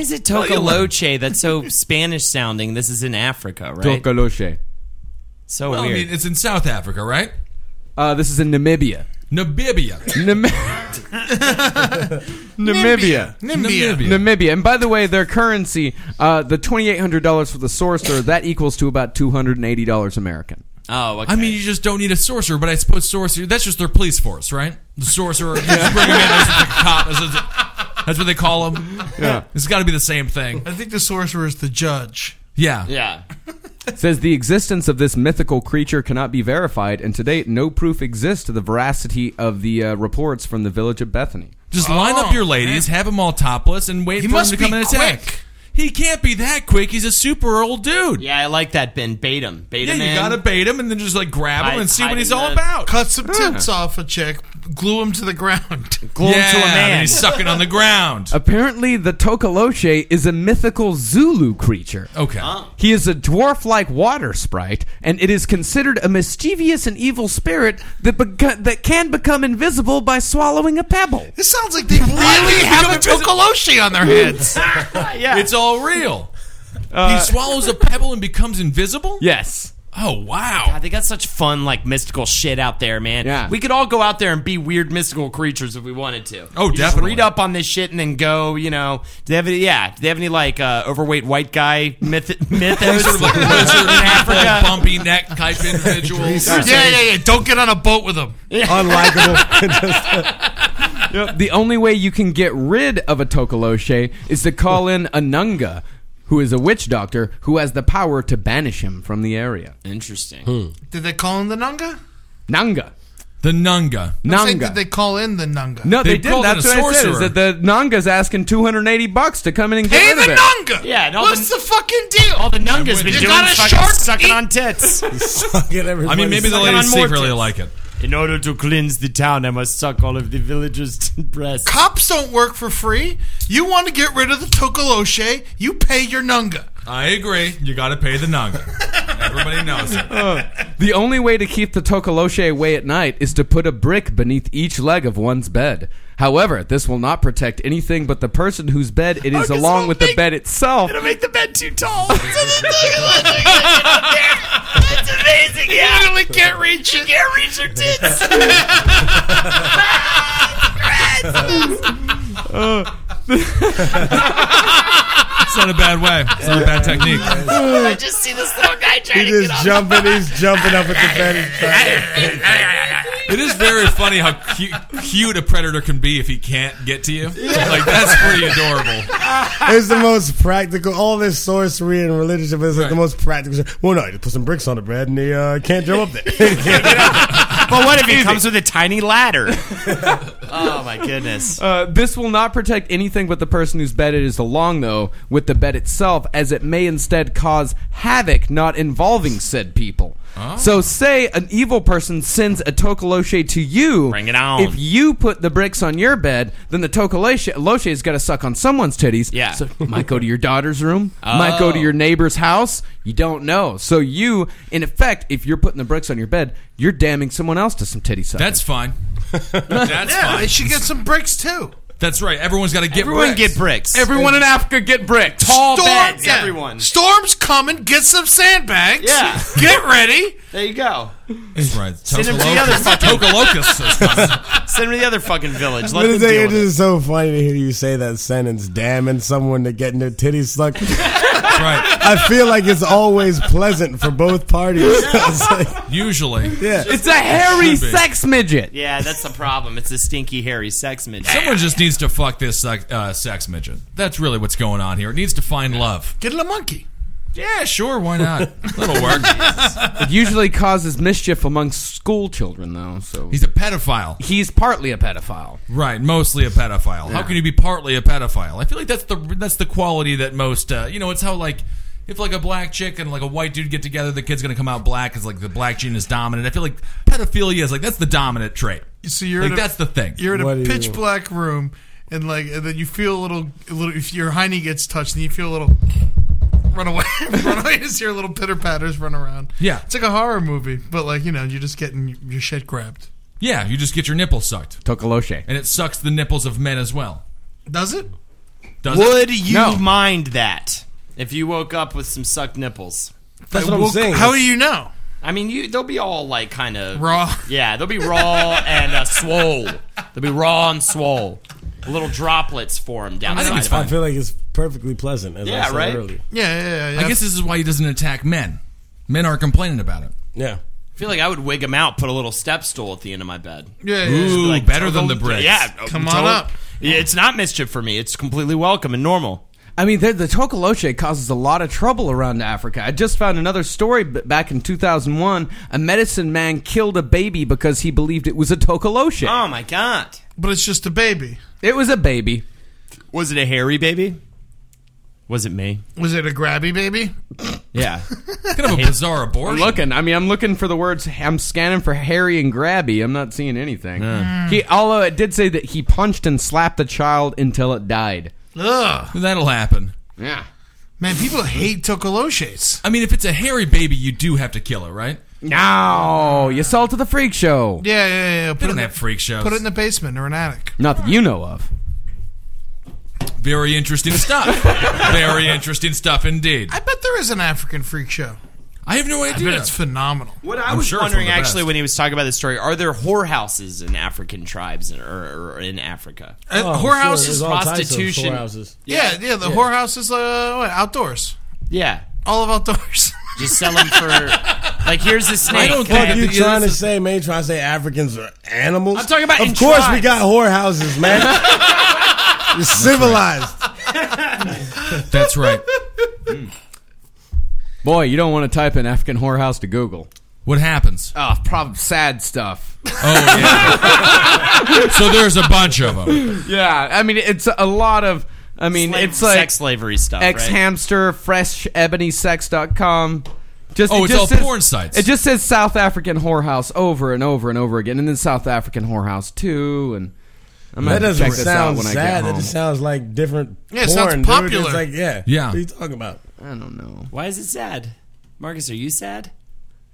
is it Tokoloche that's so Spanish sounding? This is in Africa, right?
Tokoloche.
so
Well, I
weird.
mean, it's in South Africa, right?
Uh, this is in Namibia.
Namibia.
Namibia.
Namibia.
Namibia.
Namibia. And by the way, their currency, uh, the $2,800 for the sorcerer, that equals to about $280 American.
Oh, okay.
I mean, you just don't need a sorcerer, but I suppose sorcerer—that's just their police force, right? The sorcerer, you just bring him in as the cop. as a- that's what they call him. Yeah, it's got to be the same thing.
I think the sorcerer is the judge.
Yeah,
yeah.
It says the existence of this mythical creature cannot be verified, and to date, no proof exists to the veracity of the uh, reports from the village of Bethany.
Just line up
Oh,
your ladies, have them all topless, and wait
He
for them
must
to come
be
and attack.
quick.
He can't be that quick. He's a super old dude.
Yeah, I like that, Ben. Bait him. Bait
Yeah,
him
you
in.
gotta bait him and then just like grab him
Hide-
and see
hide
what he's
in
all
the-
about.
Cut some tips off a chick, glue him to the ground.
Glue him
yeah,
to a
and
man.
he's sucking on the ground.
Apparently, the Tokoloshe is a mythical Zulu creature.
Okay.
He is a dwarf like water sprite, and it is considered a mischievous and evil spirit that, beco- that can become invisible by swallowing a pebble.
This sounds like they really have a Tokoloshi on their heads.
yeah.
It's all real. he swallows a pebble and becomes invisible?
Yes.
Oh, wow.
God, they got such fun, like mystical shit out there, man.
Yeah.
we could all go out there and be weird mystical creatures if we wanted to.
Oh,
You just
definitely.
read up on this shit and then go. You know, do they have any? Yeah, do they have any like uh, overweight white guy myth- mythos
Sort of like a
in
lizard, like
Africa?
bumpy neck type individual.
yeah, yeah, yeah. Don't get on a boat with them.
Unlikable.
The only way you can get rid of a Tokoloshe is to call in a Nunga, who is a witch doctor who has the power to banish him from the area.
Interesting.
Did they call in the Nunga?
Nanga.
The Nunga.
I'm saying,
Nanga.
did they call in the Nunga?
no, they,
They
did.
called in
That's
a
what I said. Is
sorcerer.
that the Nanga's asking 280 bucks to come in and get
Hey,
rid of
the
it.
Nunga!
Yeah, and all
What's
the-
the, fucking deal?
All the Nunga's been
You
doing
got a
fucking
shark?
sucking
Eat-
on tits.
I mean, maybe
Sucking
the ladies
on more
secretly
tits.
like it.
In order to cleanse the town, I must suck all of the villagers' breasts.
Cops don't work for free. You want to get rid of the Tokoloshe, you pay your Nunga.
I agree. You gotta pay the Nunga. Everybody knows it.
The only way to keep the Tokoloshe away at night is to put a brick beneath each leg of one's bed. However, this will not protect anything but the person whose bed it is,
'cause
along
it'll
with the
make-
bed itself.
It'll make the bed too tall. That's amazing. You literally can't reach it. can't reach your tits.
It's not a bad way. It's not a bad technique.
I just see this little guy trying
He's just jumping. He's jumping up at the bed. He's trying to-
It is very funny how cute, cute a predator can be if he can't get to you. Like, that's pretty adorable.
It's the most practical. All this sorcery and religious stuff is like the
Right.
most practical. shit. Well, no, you just put some bricks on the bread and they uh, can't jump up there.
But what if he comes with a tiny ladder? oh my goodness.
Uh, this will not protect anything but the person whose bed it is along, though, with the bed itself, as it may instead cause havoc not involving said people.
Oh.
So, say an evil person sends a Tokoloshe to you.
Bring it on.
If you put the bricks on your bed, then the Tokoloshe has got to suck on someone's titties.
Yeah. Oh.
So, it might go to your daughter's room, might go to your neighbor's house. You don't know. So, you, in effect, if you're putting the bricks on your bed, you're damning someone else to some titty sucking.
That's fine. That's
Yeah, they
fine.
should get some bricks too.
That's right. Everyone's got to get
Everyone
bricks.
get bricks.
Everyone in Africa get bricks.
Tall
Storm-
beds,
yeah.
everyone.
Storm's coming. Get some sandbags.
Yeah.
Get ready.
There you go.
That's right.
Send him to the other fucking-
Tokolocus.
Send him to the other fucking village. Let them
It's
deal with it.
just so funny to hear you say that sentence, damning someone to getting their titties sucked.
right.
I feel like it's always pleasant for both parties. It's like,
Usually.
yeah.
It's a hairy
It should be.
sex midget.
Yeah, that's the problem. It's a stinky, hairy sex midget.
Someone just needs to fuck this sex, uh, sex midget. That's really what's going on here. It needs to find love.
Get it a monkey.
Yeah, sure. Why not? That'll work.
It usually causes mischief among school children, though. So
He's a pedophile.
he's partly a pedophile.
Right. Mostly a pedophile. How can you be partly a pedophile? I feel like that's the that's the quality that most. Uh, you know, it's how like. If like a black chick and like a white dude get together, the kid's gonna come out black because like the black gene is dominant. I feel like pedophilia is like that's the dominant trait.
So you're
Like
in a,
that's the thing.
you're in
What do
a
you-
pitch black room, and like and then you feel a little a little. If your hiney gets touched, and you feel a little. Run away! Run away! You Just hear little pitter patters run around.
Yeah.
it's like a horror movie, but like you know, you're just getting your shit grabbed.
Yeah, you just get your nipple sucked.
Tokoloshe.
and it sucks the nipples of men as well.
Does it?
Does
Would you
No.
mind that if you woke up with some sucked nipples?
That's what I'm saying.
How do you know?
I mean, you they'll be all like kind of
Raw.
Yeah, they'll be raw and uh, swole. They'll be raw and swole. Little droplets form down the
think
side
it's
of
I
them.
feel like it's perfectly pleasant. As I
Yeah,
said
right?
Earlier.
Yeah, yeah, yeah.
I guess this is why he doesn't attack men. Men are complaining about it.
Yeah.
I feel like I would wig them out, put a little step stool at the end of my bed.
Yeah, yeah.
Ooh,
Like,
better than
total-
the bricks.
Yeah,
Come on
total-
up.
Yeah, it's not mischief for me. It's completely welcome and normal.
I mean, the, the Tokoloche causes a lot of trouble around Africa. I just found another story b- back in 2001. A medicine man killed a baby because he believed it was a Tokoloche.
Um.
Oh my god,
But it's just a baby.
It was a baby.
was it a hairy baby? Was it me?
Was it a grabby baby?
Yeah,
Kind of a bizarre abortion.
I'm looking. I mean, I'm looking for the words. I'm scanning for hairy and grabby. I'm not seeing anything. He, although it did say that he punched and slapped the child until it died.
Ugh.
That'll happen.
Yeah.
Man, people hate tokoloches.
I mean, if it's a hairy baby, you do have to kill it, right?
No, you sold to the freak show.
Yeah, yeah, yeah. Put
They
it in
don't
the-
have freak shows.
Put it in the basement or an attic.
Not that you know of.
Very interesting stuff. Very interesting stuff indeed.
I bet there is an African freak show.
I have no
I
idea.
bet it's phenomenal.
What I
I'm
was
sure it's
wondering
one of the
actually
best.
when he was talking about this story, are there whorehouses in African tribes in- or, or in Africa?
Uh,
Oh, sure,
whorehouses.
there's all types of
prostitution.
whorehouses.
Yeah, yeah. the whorehouse is uh, what, outdoors.
Yeah,
All of outdoors.
just sell them for like here's the snake.
don't
Fuck
Yeah,
you
but
trying to
it's-
say, man? You Trying to say Africans are animals?
I'm talking about
Of
in
course, we
tribes.
got whorehouses, man. You're civilized.
That's right.
Boy, you don't want to type in African whorehouse to Google.
What happens?
Oh, prob sad stuff.
Oh yeah. so there's a bunch of them.
yeah, I mean, it's a lot of. I mean,
Slave-
it's like
sex slavery stuff.
X
right?
hamster, fresh ebonysex.com. Just,
Oh,
it
it's
just
all
says-
porn sites.
It just says South African whorehouse over and over and over again, and then South African whorehouse two, and I'm
That
gonna have to
doesn't
check this out
sound
when I
sad.
get
That
home.
just sounds like different.
Yeah, it
porn,
sounds
dude. It's
popular.
like yeah,
Yeah.
What are you talking about?
I don't know.
Why is it sad? Marcus, are you sad?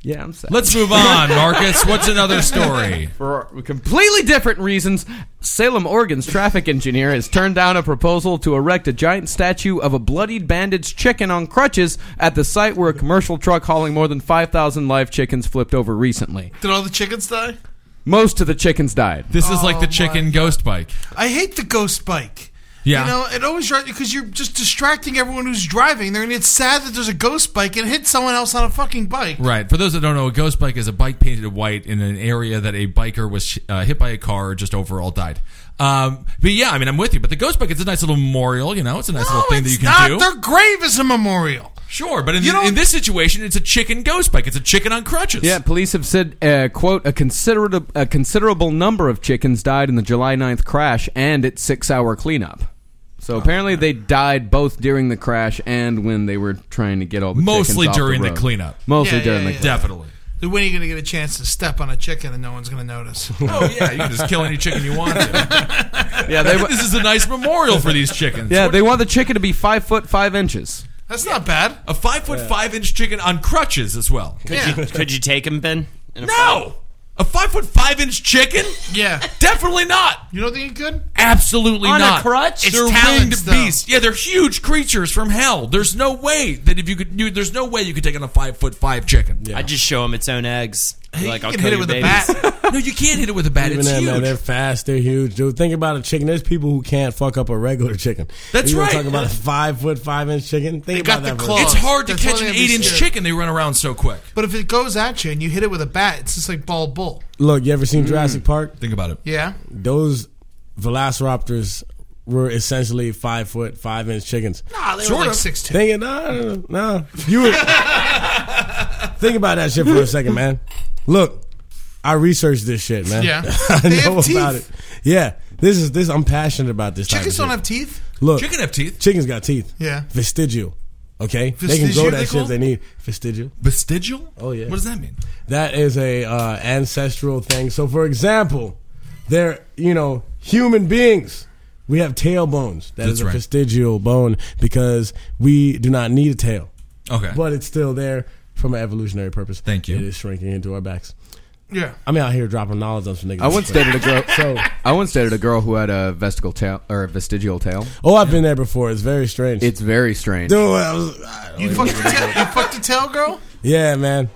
Yeah, I'm sad.
Let's move on, Marcus. What's another story?
For completely different reasons, Salem, Oregon's traffic engineer has turned down a proposal to erect a giant statue of a bloodied bandaged chicken on crutches at the site where a commercial truck hauling more than 5,000 live chickens flipped over recently.
Did all the chickens die?
Most of the chickens died.
This is like
Oh,
the
my
chicken ghost bike.
I hate the ghost bike.
Yeah.
You know, it always drives because you're just distracting everyone who's driving there, and it's sad that there's a ghost bike and hit someone else on a fucking bike.
Right. For those that don't know, a ghost bike is a bike painted white in an area that a biker was uh, hit by a car or just overall died. Um, but yeah, I mean, I'm with you. But the ghost bike is a nice little memorial, you know? It's a nice little thing that you
it's
can
not.
do.
Their grave is a memorial.
Sure, but in,
You don't-
in this situation, it's a chicken ghost bike. It's a chicken on crutches.
Yeah, police have said, uh, quote, a considerable, a considerable number of chickens died in the July 9th crash and its six hour cleanup. So apparently they died both during the crash and when they were trying to get all the
Mostly
chickens off
during the
road.
cleanup.
Mostly
Yeah,
during
yeah,
the
yeah.
cleanup.
Definitely.
Then when are you going to get a chance to step on a chicken and no one's going to notice?
Oh, yeah. You can just kill any chicken you want to.
Yeah, they,
this is a nice memorial for these chickens.
yeah, they want the chicken to be five foot five inches.
That's not bad.
A five foot five inch chicken on crutches as well.
Yeah.
Could you take him, Ben? In a fight?
No! A five foot five inch chicken?
yeah.
Definitely not!
You don't think you could?
Absolutely
On a
not.
crutch?
They're
It's talons,
winged
though.
beasts. Yeah, they're huge creatures from hell. There's no way that if you could, you, there's no way you could take on a five foot five chicken.
I'd just show him its own eggs. Be like, I'll
you
kill
can hit it
your
with a
babies.
bat.
no, you can't hit it with a bat.
Even
it's
then, man,
huge.
they're fast. They're huge, dude. Think about a chicken. There's people who can't fuck up a regular chicken.
That's
you wanna
right.
Talk about a five foot five inch chicken. Think
got
about
the
that. for a
claws.
it's hard to
That's
catch
why
an
they have
eight inch
these-
chicken. They run around so quick.
But if it goes at you and you hit it with a bat, it's just like ball bull.
Look, you ever
Mm.
seen Jurassic Park?
Think about it.
Yeah.
Those velociraptors were essentially five foot five inch chickens.
Nah, they
Sort
were like
of.
six two.
Think it, no, no, no. You would, think about that shit for a second, man. Look, I researched this shit, man.
Yeah.
I
They
know
have teeth.
about it. Yeah, this is this. I'm passionate about this.
Chickens don't
type of
have
shit.
teeth.
Look,
Chicken have teeth.
chickens got teeth.
Yeah.
vestigial. Okay, they can
Vestigial,
go
they
that shit
call
if they need vestigial.
Vestigial?
Oh, yeah.
What does that mean?
That is a uh, ancestral thing. So, for example, they're you know human beings. We have tail bones. That is
That's
a
right.
vestigial bone because we do not need a tail,
Okay.
but it's still there from an evolutionary purpose.
Thank you.
It is shrinking into our backs.
Yeah.
I'm out here dropping knowledge on some niggas.
I once dated a girl.
So,
I once dated a girl who had a vestigial tail or a vestigial tail.
oh, I've been there before. It's very strange.
It's very strange.
Dude, I was- I don't
You
even-
fucked the tail. You fucked the tail, girl.
yeah, man.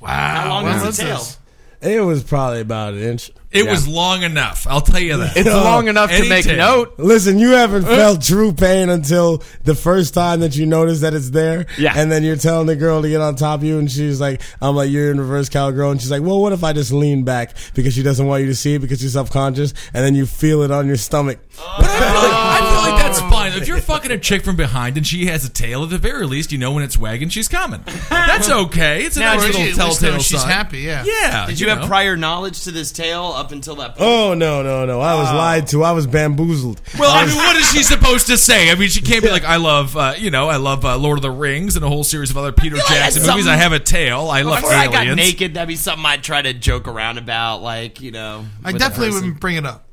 Wow.
How long
Wow.
is
What's
the tail?
this?
It was probably about an inch.
It was long enough. I'll tell you that. Uh,
It's long
enough to
Any
make
tail.
note.
Listen, you
Uh.
haven't felt true pain until the first time that you notice that it's there.
Yeah.
And then you're telling the girl to get on top of you, and she's like, I'm like, you're in reverse cowgirl. And she's like, well, what if I just lean back because she doesn't want you to see it because you're subconscious, and then you feel it on your stomach.
Oh.
But I feel, like, I feel like that's fine. If you're fucking a chick from behind and she has a tail, at the very least, you know when it's wagging, she's coming. That's okay. It's a
Now,
nice
at
little
least
telltale
she's
sign.
happy, yeah.
Yeah.
Did you, have
know.
prior knowledge to this tale up until that point?
Oh, no, no, no. I was
Ah.
lied to. I was bamboozled.
Well, I mean, what is she supposed to say? I mean, she can't be like, "I love, uh, you know, I love uh, Lord of the Rings and a whole series of other Peter
I had
Jackson movies. I
something.
have a tail. I love
Before I
Oh, aliens."
got naked, that'd be something I'd try to joke around about, like you know.
I
with a
definitely
person.
wouldn't bring it up.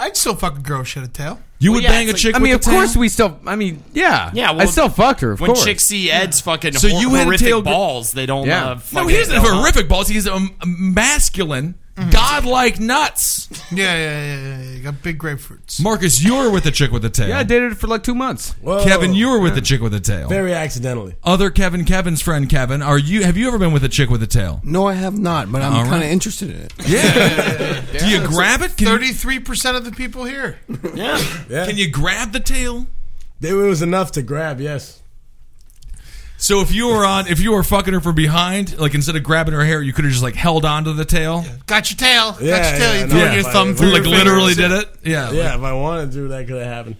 I'd still fuck a girl shed a tail.
You
Well,
would
yeah,
bang a
it's like-
chick.
I mean, of
with a tail?
course we still. I mean, yeah,
Yeah,
I
well,
still fucked her. Of
When
course,
chicks see Ed's fucking
So
hor-
you had a
horrific
tail gr-
balls, they don't
Yeah.
love.
No,
fucking
he doesn't have
tail hot.
horrific balls. He's a um, a masculine, godlike nuts.
Yeah, yeah, yeah, yeah, yeah. You got big grapefruits.
Marcus, you were with a chick with a tail.
yeah, I dated her for like two months.
Whoa.
Kevin, you were with the chick with a tail.
Very accidentally.
Other Kevin, Kevin's friend Kevin, are you? Have you ever been with a chick with a tail?
No, I have not, but I'm
All
kind of
right.
interested in it.
Do you grab it? Can you-
Thirty-three percent of the people here.
Yeah.
Can you grab the tail?
It was enough to grab, yes.
So if you were on, if you were fucking her from behind, like instead of grabbing her hair, you could have just like held onto the tail.
Got your tail.
Yeah,
got your tail. you
yeah, no,
threw
yeah.
your thumb
Like
through
Like
your
literally
fingers.
did it. Yeah.
Yeah, if I wanted to, that could have happened.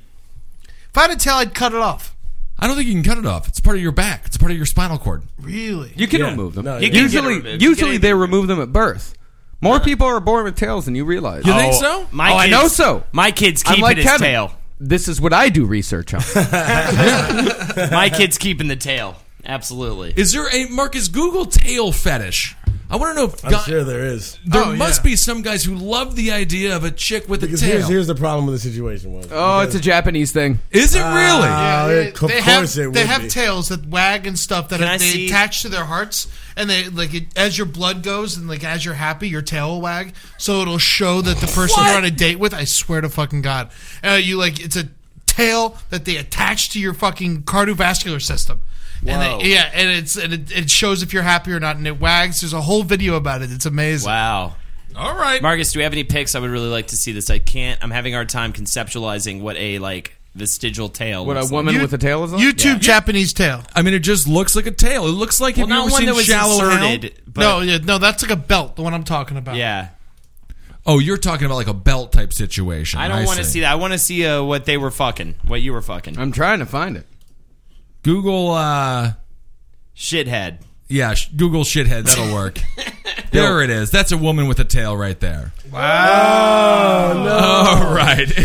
If I had a tail, I'd cut it off.
I don't think you can cut it off. It's part of your back. It's part of your spinal cord.
Really?
You can
Yeah.
remove them.
No, You yeah. can
get
usually,
removed. You
usually
can-
they remove them at birth. More people are born with tails than you realize.
You think so?
My
Oh, I
kids-
know so.
My kids
I'm
keeping
like
his
Kevin.
tail.
This is what I do research on.
My kids keeping the tail. Absolutely.
Is there a Marcus Google tail fetish? I want to know if
I'm
guy-
sure there is.
there
Oh,
must
yeah.
be some guys who love the idea of a chick with a
Because
tail.
here's, here's the problem with the situation was.
oh, it's a Japanese thing. Uh,
Is it really?
Ah,
they,
it- of
they
course
have,
it would
they have
be.
tails that wag and stuff that
Can I
they
see-
attach to their hearts, and they like it, as your blood goes and like as you're happy, your tail will wag, so it'll show that the person
What?
you're on a date with. I swear to fucking god, uh, you like it's a tail that they attach to your fucking cardiovascular system. And they, yeah, and it's and it, it shows if you're happy or not, and it wags. There's a whole video about it. It's amazing.
Wow.
All right.
Marcus, do we have any pics? I would really like to see this. I can't. I'm having a hard time conceptualizing what a like vestigial tail.
What a
looks
woman
You-
with a tail is like.
YouTube Japanese tail.
I mean, it just looks like a tail. It looks like
Like. Well,
have you
not
ever
one
seen
that was
Shallow Hal?
inserted. But,
no, yeah, no, that's like a belt. The one I'm talking about.
Yeah.
Oh, you're talking about like a belt type situation.
I don't want to
see
see that. I want to see uh, what they were fucking. What you were fucking.
I'm trying to find it.
Google. uh
Shithead.
Yeah, sh- Google shithead. That'll work. there it is. That's a woman with a tail right there. Wow. All right. oh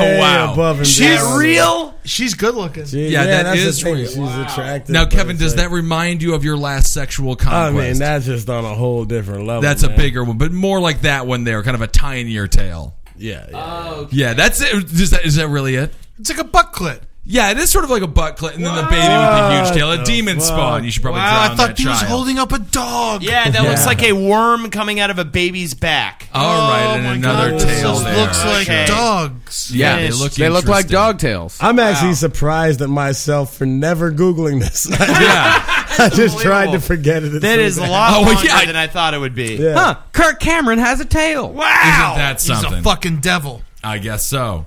Way
wow.
Oh, above and beyond.
she's good looking.
Gee,
Yeah, that
that's the
is
thing.
real.
She's attractive.
Now,
but
Kevin,
it's
does
like-
that remind you of your last sexual
I
conquest?
mean, that's just on a whole different level.
That's a
man.
bigger one, but more like that one there, kind of a tinier tail.
Yeah, yeah.
Yeah, that's it. Is that, is that really it?
It's like a butt clit.
Yeah, it is sort of like a butt clit, and then the baby with the huge tail, a
the
demon
fuck?
spawn. You should probably
Wow,
drown
I thought
that
he
child.
was holding up a dog.
Yeah, that looks like a worm coming out of a baby's back.
All right, and another
Oh God,
tail
this
there.
looks like
Okay.
dogs.
yeah, they
finished.
look.
They look like
interesting.
dog tails.
I'm actually surprised at myself for never googling this.
Yeah.
I just tried to forget it. as
That
soon
is
as
a
I-
lot
Oh, well,
longer
yeah, I-
than I thought it would be.
Yeah.
Huh? Kirk Cameron has a tail.
Wow.
Isn't that
He's
something?
a fucking devil.
I guess so.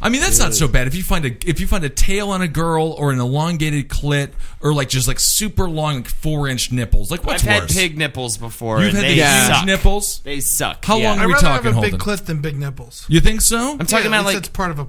I mean that's not so bad if you find a if you find a tail on a girl or an elongated clit or like just like super long like four inch nipples like
I've
what's
had
worse?
pig nipples before.
You've
and
had the
they
huge
suck.
nipples.
They suck.
How
yeah.
long
I'd
are we
rather have
talking,
a big
Holden?
clit than big nipples.
You think so?
I'm talking
Yeah,
about
at least
like
that's part of a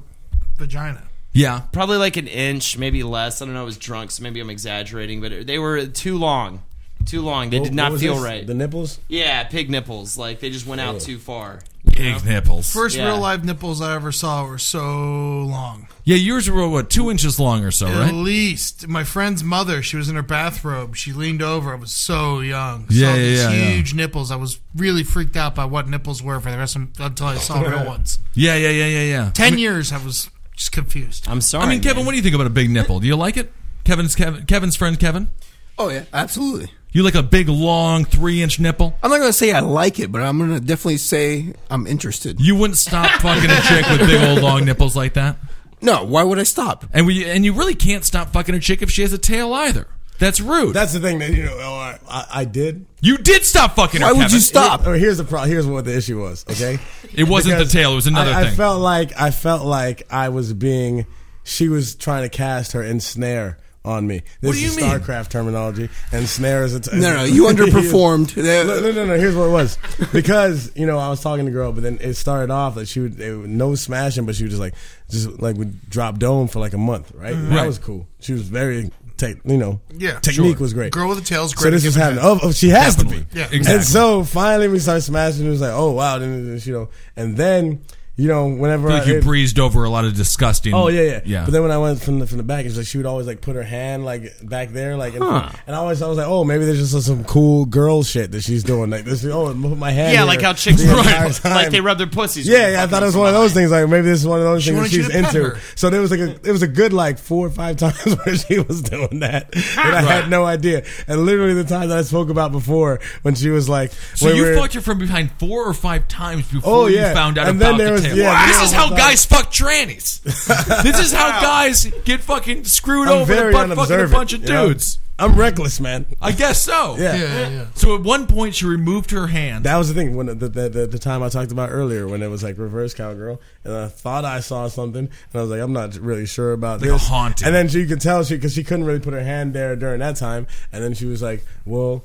vagina.
Yeah.
probably like an inch, maybe less. I don't know. I was drunk, so maybe I'm exaggerating, but they were too long. Too long. They
What-
did
what
not
was
feel
this?
right.
The Oh. nipples.
yeah, pig nipples. Like they just went out too far.
Pig nipples.
First
Yeah.
real live nipples I ever saw were so long.
yeah, yours were what two inches long or so,
At
right?
least my friend's mother, she was in her bathrobe. She leaned over. I was so young.
Yeah,
saw
yeah,
these
yeah, yeah.
huge nipples. I was really freaked out by what nipples were for the rest of until I saw real ones.
Yeah, yeah, yeah, yeah, yeah.
Ten years, I was just confused.
I'm sorry.
I mean, Kevin, what do you think about a big nipple? Do you like it? Kevin's Kevin, Kevin's friend Kevin.
Oh yeah, absolutely.
You like a big long three inch nipple?
I'm not gonna say I like it, but I'm gonna definitely say I'm interested.
You wouldn't stop fucking a chick with big old long nipples like that.
No, why would I stop?
And we and you really can't stop fucking a chick if she has a tail either. That's rude.
That's the thing that you know. Oh, I, I, I did.
You did stop fucking her, Why would Kevin. you stop?
Here- or Oh, here's the pro- Here's what the issue was. Okay.
It wasn't the tail, it was another
I, I
thing.
felt like I felt like I was being. She was trying to cast her ensnare on me. This
What do you
is
mean?
Starcraft terminology. Ensnare is a. T-
No, no, you underperformed.
no, no, no, no. Here's what it was. Because you know, I was talking to girl, but then it started off like she would it, was no smashing, but she was just like just like would drop dome for like a month, right?
Mhm.
That
Right.
was cool. She was very. Take, you know,
Yeah,
technique
sure.
was great.
Girl with a tail's
So
great
this
at
is
giving
happening.
head.
Oh, oh, she has to be.
Yeah, exactly.
And so finally we start smashing. It was like, oh wow, then, then, you know. And then you know,
I
whenever
feel like you
it-
breezed over a lot of disgusting.
Oh yeah, yeah,
yeah.
But then when I went from the from the back, it's like she would always like put her hand like back there, like, and,
Huh.
and I always I was like, oh, maybe there's just some cool girl shit that she's doing, like this. Oh, move my hand.
Yeah,
here
like how chicks
the
rub-
entire time.
like they rub their pussies. when
Yeah,
they're
yeah. I
fucking
thought it was one of those things. Like maybe this is one of those
She
things
wanted
that
you
she's
to pet
into.
her.
So there was like a it was a good like four or five times where she was doing that, and I had no idea. And literally the time that I spoke about before when she was like,
So
when we
you
were-
fucked her from behind four or five times before
Oh, yeah.
you found out
And
about
then there
the
was-
tail.
yeah, Wow.
this is how
Yeah.
guys fuck trannies. this is how guys get fucking screwed
I'm
over and
very
butt fucking a
unobservant,
bunch of
you know?
dudes.
I'm reckless, man.
I guess so.
Yeah. Yeah, yeah.
So at one point she removed her hand.
That was the thing when the, the, the, the time I talked about earlier when it was like reverse cowgirl, and I thought I saw something, and I was like, I'm not really sure about
Like a
this.
haunting.
And then she could tell she because she couldn't really put her hand there during that time, and then she was like, Well,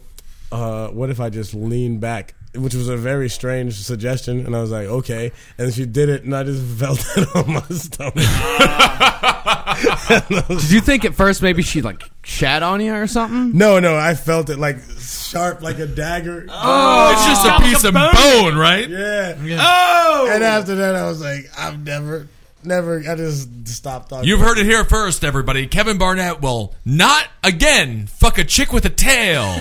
uh, what if I just lean back? Which was a very strange suggestion, and I was like, okay. And she did it, and I just felt it on my stomach.
Did you think at first maybe she like shat on you or something?
no, no, I felt it like sharp, like a dagger.
Oh, it's just a piece of bone, right?
Yeah.
Oh!
And after that, I was like, I've never, never, I just stopped talking.
You've heard it here first, everybody. Kevin Barnett will not again fuck a chick with a tail.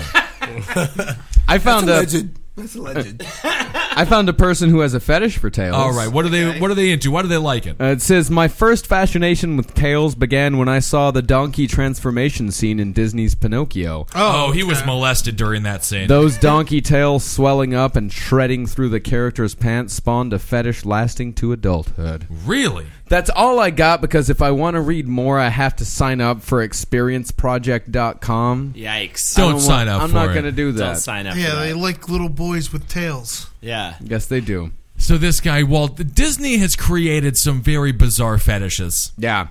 I found
That's
a
alleged.
That's alleged.
I found a person who has a fetish for tails.
All right, what are they? What are they into? Why do they like it?
Uh, it says my first fascination with tails began when I saw the donkey transformation scene in Disney's Pinocchio.
Oh, he was molested during that scene.
Those donkey tails swelling up and shredding through the character's pants spawned a fetish lasting to adulthood.
really?
That's all I got because if I want to read more, I have to sign up for experienceproject.com.
Yikes!
I Don't want- sign up I'm for not it. gonna do that.
Don't sign up.
Yeah,
for
they
that.
like little boys with tails.
yeah.
Yes, they do.
So this guy Walt Disney has created some very bizarre fetishes.
Yeah.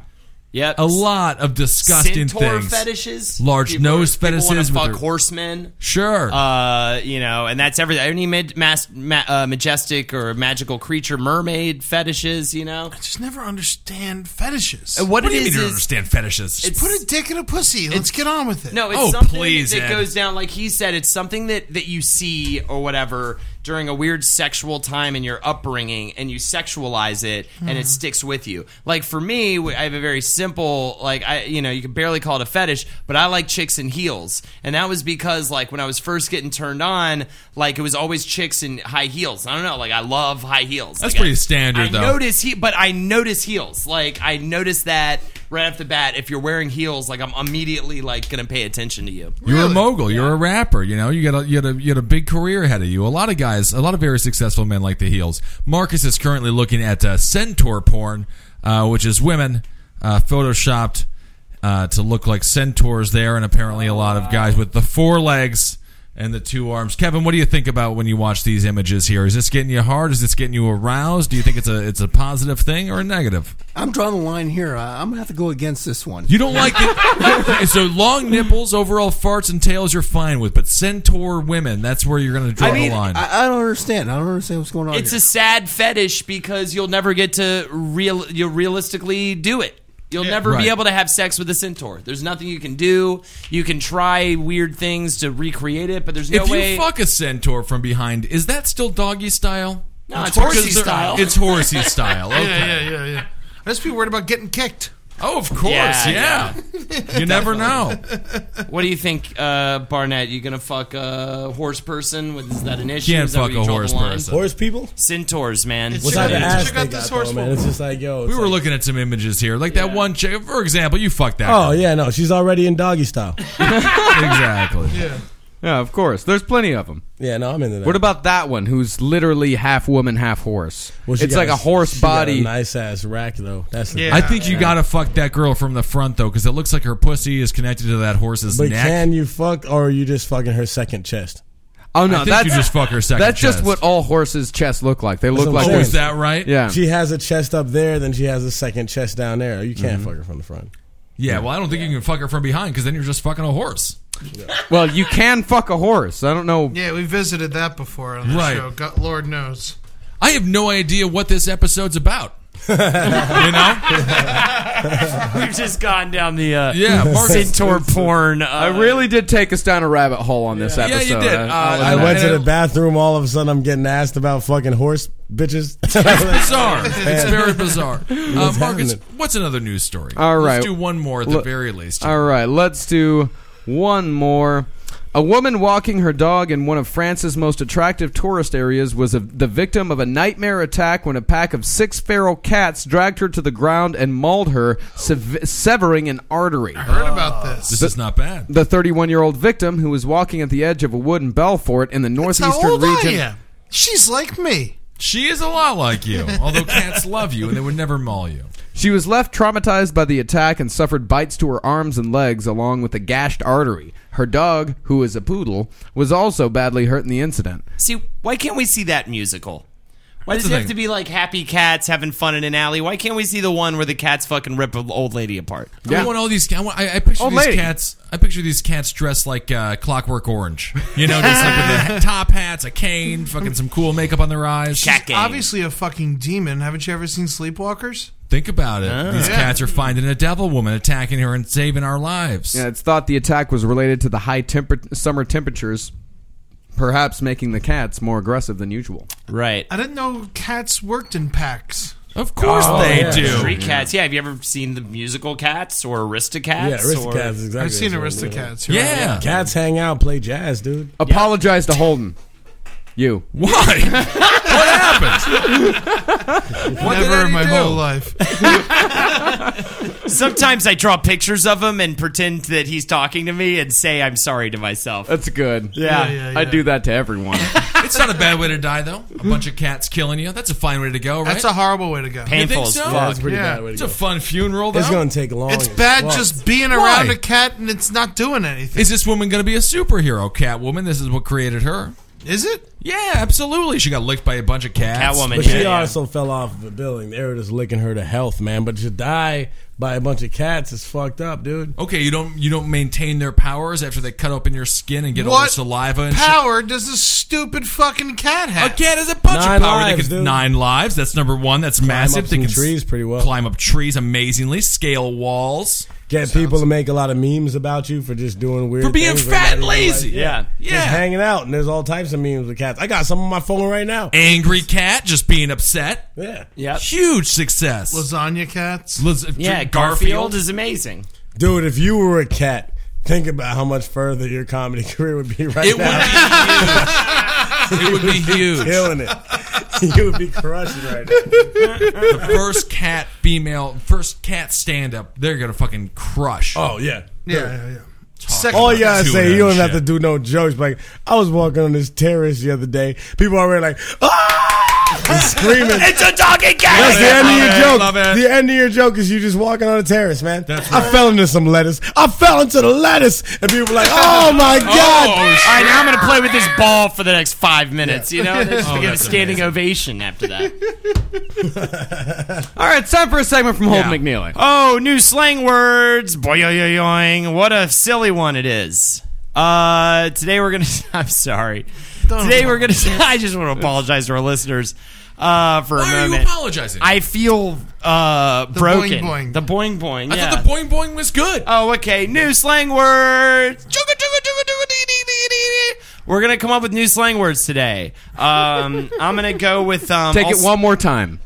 Yep.
A lot of disgusting
Centaur
things.
fetishes,
large
People-
nose
people wanna
fetishes. with
fuck
their-
horsemen.
Sure.
Uh, you know, and that's everything. Any mid, mas, ma, uh, majestic or magical creature, mermaid fetishes. You know,
I just never understand fetishes.
And what
what
it
do
is
you mean you don't
is-
understand fetishes?
Put a dick in a pussy. Let's get on with it.
No, it's
Oh,
something
please,
that
Ed.
goes down like he said. It's something that that you see or whatever during a weird sexual time in your upbringing, and you sexualize it, and
Mm-hmm.
it sticks with you. Like for me, w- I have a very simple like I you know you can barely call it a fetish, but I like chicks in heels, and that was because like when I was first getting turned on, like it was always chicks in high heels. I don't know, like I love high heels.
That's
Like,
pretty
I-
standard,
I
though.
notice he, but I notice heels. Like I notice that right off the bat. If you're wearing heels, like I'm immediately like gonna pay attention to you.
You're a mogul. You're a rapper. You know, you got a, you had a you had a big career ahead of you. A lot of guys, a lot of very successful men like the heels. Marcus is currently looking at uh, centaur porn, uh, which is women uh, photoshopped uh, to look like centaurs there, and apparently a lot of guys with the four legs and the two arms. Kevin, what do you think about when you watch these images here? Is this getting you hard? Is this getting you aroused? Do you think it's a it's a positive thing or a negative?
I'm drawing a line here. I, I'm gonna have to go against this one.
You don't like it. And so long nipples, overall farts, and tails you're fine with, but centaur women, that's where you're going to draw
I mean,
the line.
I, I don't understand. I don't understand what's
Oh,
going on.
It's
here.
a sad fetish because you'll never get to real. You'll realistically do it. You'll never
Right.
be able to have sex with a centaur. There's nothing you can do. You can try weird things to recreate it, but there's no
if you
way.
fuck a centaur from behind, is that still doggy style?
No, it's
Because
horsey
they're-
style.
It's horsey style. Okay.
Yeah, yeah, yeah, yeah. I just be worried about getting kicked.
Oh, of course.
Yeah,
Yeah. You never know.
what do you think, uh, Barnett? You gonna fuck a horse person? With- Is that an issue?
Can't
Is that where
fuck
you
a
draw the
horse
line?
person.
Horse people?
Centaurs, man.
It's
What's
Check
that
out-
ass
check
they
out this
got,
horse
though, man?
woman.
It's just like, yo.
We
it's
were
like-
looking at some images here, like that one chick. For example, you fucked that.
Oh,
girl.
yeah, no. She's already in doggy style.
exactly.
Yeah, of course. There's plenty of them.
Yeah, no, I'm into that.
What about that one who's literally half woman, half horse?
Well, she
it's
got
like a horse
she got
body.
a nice ass rack though. That's the
I think you gotta fuck that girl from the front though, because it looks like her pussy is connected to that horse's
But
neck.
can you fuck, or are you just fucking her second chest?
Oh no,
I think
that's
you just fuck her second
That's just
chest.
what all horses' chests look like. They look
what
like
I'm
Oh, is
saying.
that right?
Yeah.
She has a chest up there, then she has a second chest down there. You can't fuck her from the front.
Yeah. Well, I don't think you can fuck her from behind because then you're just fucking a horse.
Well, you can fuck a horse. I don't know.
Yeah, we visited that before on the
Right.
show. God, Lord knows.
I have no idea what this episode's about. you know?
We've just gone down the uh,
Yeah, Mark-
centaur porn. Uh,
I really did take us down a rabbit hole on this
you
episode.
did.
I'll
Uh,
I
admit.
went
and
to the
it-
bathroom. All of a sudden, I'm getting asked about fucking horse bitches.
bizarre. It's very bizarre. Uh, Marcus,
happening?
what's another news story?
All right.
Let's do one more at the
Look-
very least.
All right, let's do one more. A woman walking her dog in one of France's most attractive tourist areas was a, the victim of a nightmare attack when a pack of six feral cats dragged her to the ground and mauled her, sev- severing an artery.
Heard about this.
This is not bad.
The 31 year old victim, who was walking at the edge of a wooden belfort in the northeastern
How old
region.
are you? She's like me.
She is a lot like you, although cats love you and they would never maul you.
She was left traumatized by the attack and suffered bites to her arms and legs, along with a gashed artery. Her dog, who is a poodle, was also badly hurt in the incident.
see why can't we see that musical? Why
That's
does it
the
have
thing.
to be like happy cats having fun in an alley? Why can't we see the one where the cats fucking rip an old lady apart?
I want all these. I, want, I, I picture
Oh,
these
lady.
cats. I picture these cats dressed like uh, Clockwork Orange. You know, just like with the top hats, a cane, fucking some cool makeup on their eyes.
Cat gang.
Obviously a fucking demon. Haven't you ever seen Sleepwalkers?
Think about it. These
Ah. Yeah.
cats are finding a devil woman, attacking her, and saving our lives.
Yeah, it's thought the attack was related to the high temper- summer temperatures, perhaps making the cats more aggressive than usual.
Right.
I didn't know cats worked in packs.
Of course
Oh,
they do.
Street cats. Yeah. Have you ever seen the musical Cats or Aristocats?
yeah,
or-
Aristocats. Exactly.
I've seen
That's what I'm doing.
Aristocats. you're right.
Yeah.
Cats hang out, play jazz, dude.
Apologize to Holden. You.
Why? what happened? what did
Never
Eddie
in my
do?
whole life.
Sometimes I draw pictures of him and pretend that he's talking to me and say I'm sorry to myself.
That's good.
Yeah.
yeah, yeah.
I do that to everyone.
It's not a bad way to die, though. A bunch of cats killing you. That's a fine way to go, right?
That's a horrible way to go.
You
Painful
think
as
so?
fuck.
That's pretty
Yeah.
bad way to
It's
go.
a fun funeral, though.
it's gonna take long.
It's
as
bad
fuck.
just being
Why?
around a cat and it's not doing anything.
Is this woman going to be a superhero, Catwoman? This is what created her.
Is it?
Yeah, absolutely. She got licked by a bunch of cats.
Catwoman.
But
yeah,
she
yeah.
also fell off the building. They were just licking her to health, man. But to die by a bunch of cats is fucked up, dude.
Okay, you don't you don't maintain their powers after they cut open your skin and get all
What
the saliva and shit.
Power does this stupid fucking cat
A
have?
cat has a bunch
Nine
of power.
lives,
they can,
dude.
Nine lives. That's number one. That's massive.
up
they
some
can s-
trees pretty well.
Climb up trees amazingly. Scale walls
Get people to make a lot of memes about you for just doing weird
for being
things
fat
not
and
even, like,
lazy.
Yeah.
Just
yeah.
hanging out, and there's all types of memes with cats. I got some on my phone right now.
Angry cat just being upset.
Yeah,
Yep.
Huge success.
Lasagna cats.
Liz-
Yeah,
Garfield.
Garfield is amazing.
dude. If you were a cat, think about how much further your comedy career would be right
It
now.
would be huge. It would be huge.
Killing it. you would be crushing right now.
the first cat female, first cat stand up, they're gonna fucking crush.
Oh yeah.
Yeah, yeah, yeah. Second
All you gotta
Tuna
say, you
and
don't have to
shit.
do no jokes. Like I was walking on this terrace the other day, people already like, ah, and screaming.
It's a dog and cat.
That's the end of your
it,
joke.
love it.
The end of your joke is you just walking on a terrace, man. I fell into some lettuce. I fell into the lettuce, and people were like, "Oh my god!"
All right, now I'm going to play with this ball for the next five minutes. You know, they're just
Oh,
going to give a
that's
standing
amazing.
ovation after that.
all right, it's time for a segment from Holden
Yeah.
McNeely.
oh, new slang words. Boy, yo, yo, yoing. What a silly one it is. Uh, today we're going to. I'm sorry. today we're going to. I just want to apologize to our listeners uh, for a
Why are you
moment.
apologizing?
I feel uh, broken.
boing boing.
The boing boing.
I
yeah.
thought the boing boing was good.
Uh,
Oh, okay. New slang words. Chugga, chugga, chugga, chugga, dee, dee, dee, dee, dee. We're gonna come up with new slang words today. Um, I'm gonna go with um,
Take
I'll
it
s-
one more time.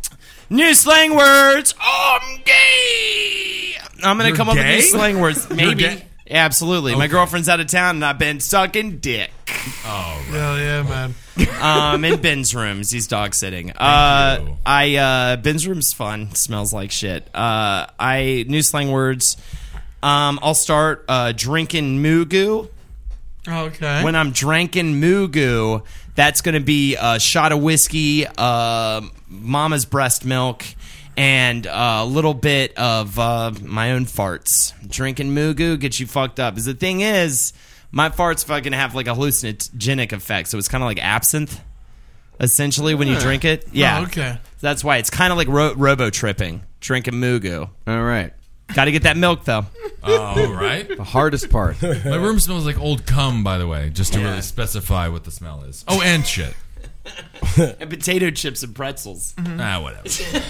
new slang words. Oh, I'm gay. I'm gonna
You're
come up with new
gay?
slang words. Maybe.
gay?
Yeah, absolutely. My girlfriend's out of town, and I've been sucking dick.
Hell yeah, man.
Um, in Ben's rooms, he's dog sitting. Uh,
you.
I uh, Ben's room's fun. Smells like shit. Uh, I new slang words. Um, I'll start uh, drinking mugu.
Okay.
When I'm drinking Mugu, that's going to be a shot of whiskey, uh, mama's breast milk, and a little bit of uh, my own farts. Drinking Mugu gets you fucked up. Because the thing is, my farts fucking have like a hallucinogenic effect. So it's kind of like absinthe, essentially, when you
Huh.
drink it. Yeah.
Oh, okay.
That's why it's kind of like ro- robo tripping, drinking Mugu.
All right.
Got to get that milk, though.
Oh, right.
The hardest part.
My room smells like old cum, by the way, just to
Yeah.
really specify what the smell is. Oh, and shit.
and potato chips and pretzels.
Hmm.
Ah, whatever.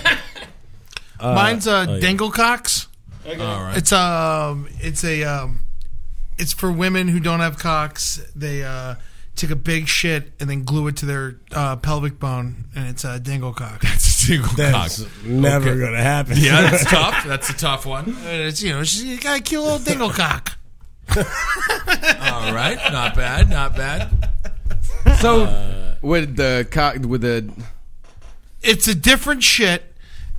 Mine's a
oh, yeah.
danglecocks.
Uh, All right.
It's um, it's a um, it's for women who don't have cocks. They uh, take a big shit and then glue it to their uh, pelvic bone, and it's a danglecock.
Single cock.
That's never
Okay.
gonna happen.
Yeah, that's tough. That's a tough one.
And Uh, it's you know, it's just, you gotta kill old danglecock.
All right, not bad, not bad.
So with the cock with the
It's a different shit.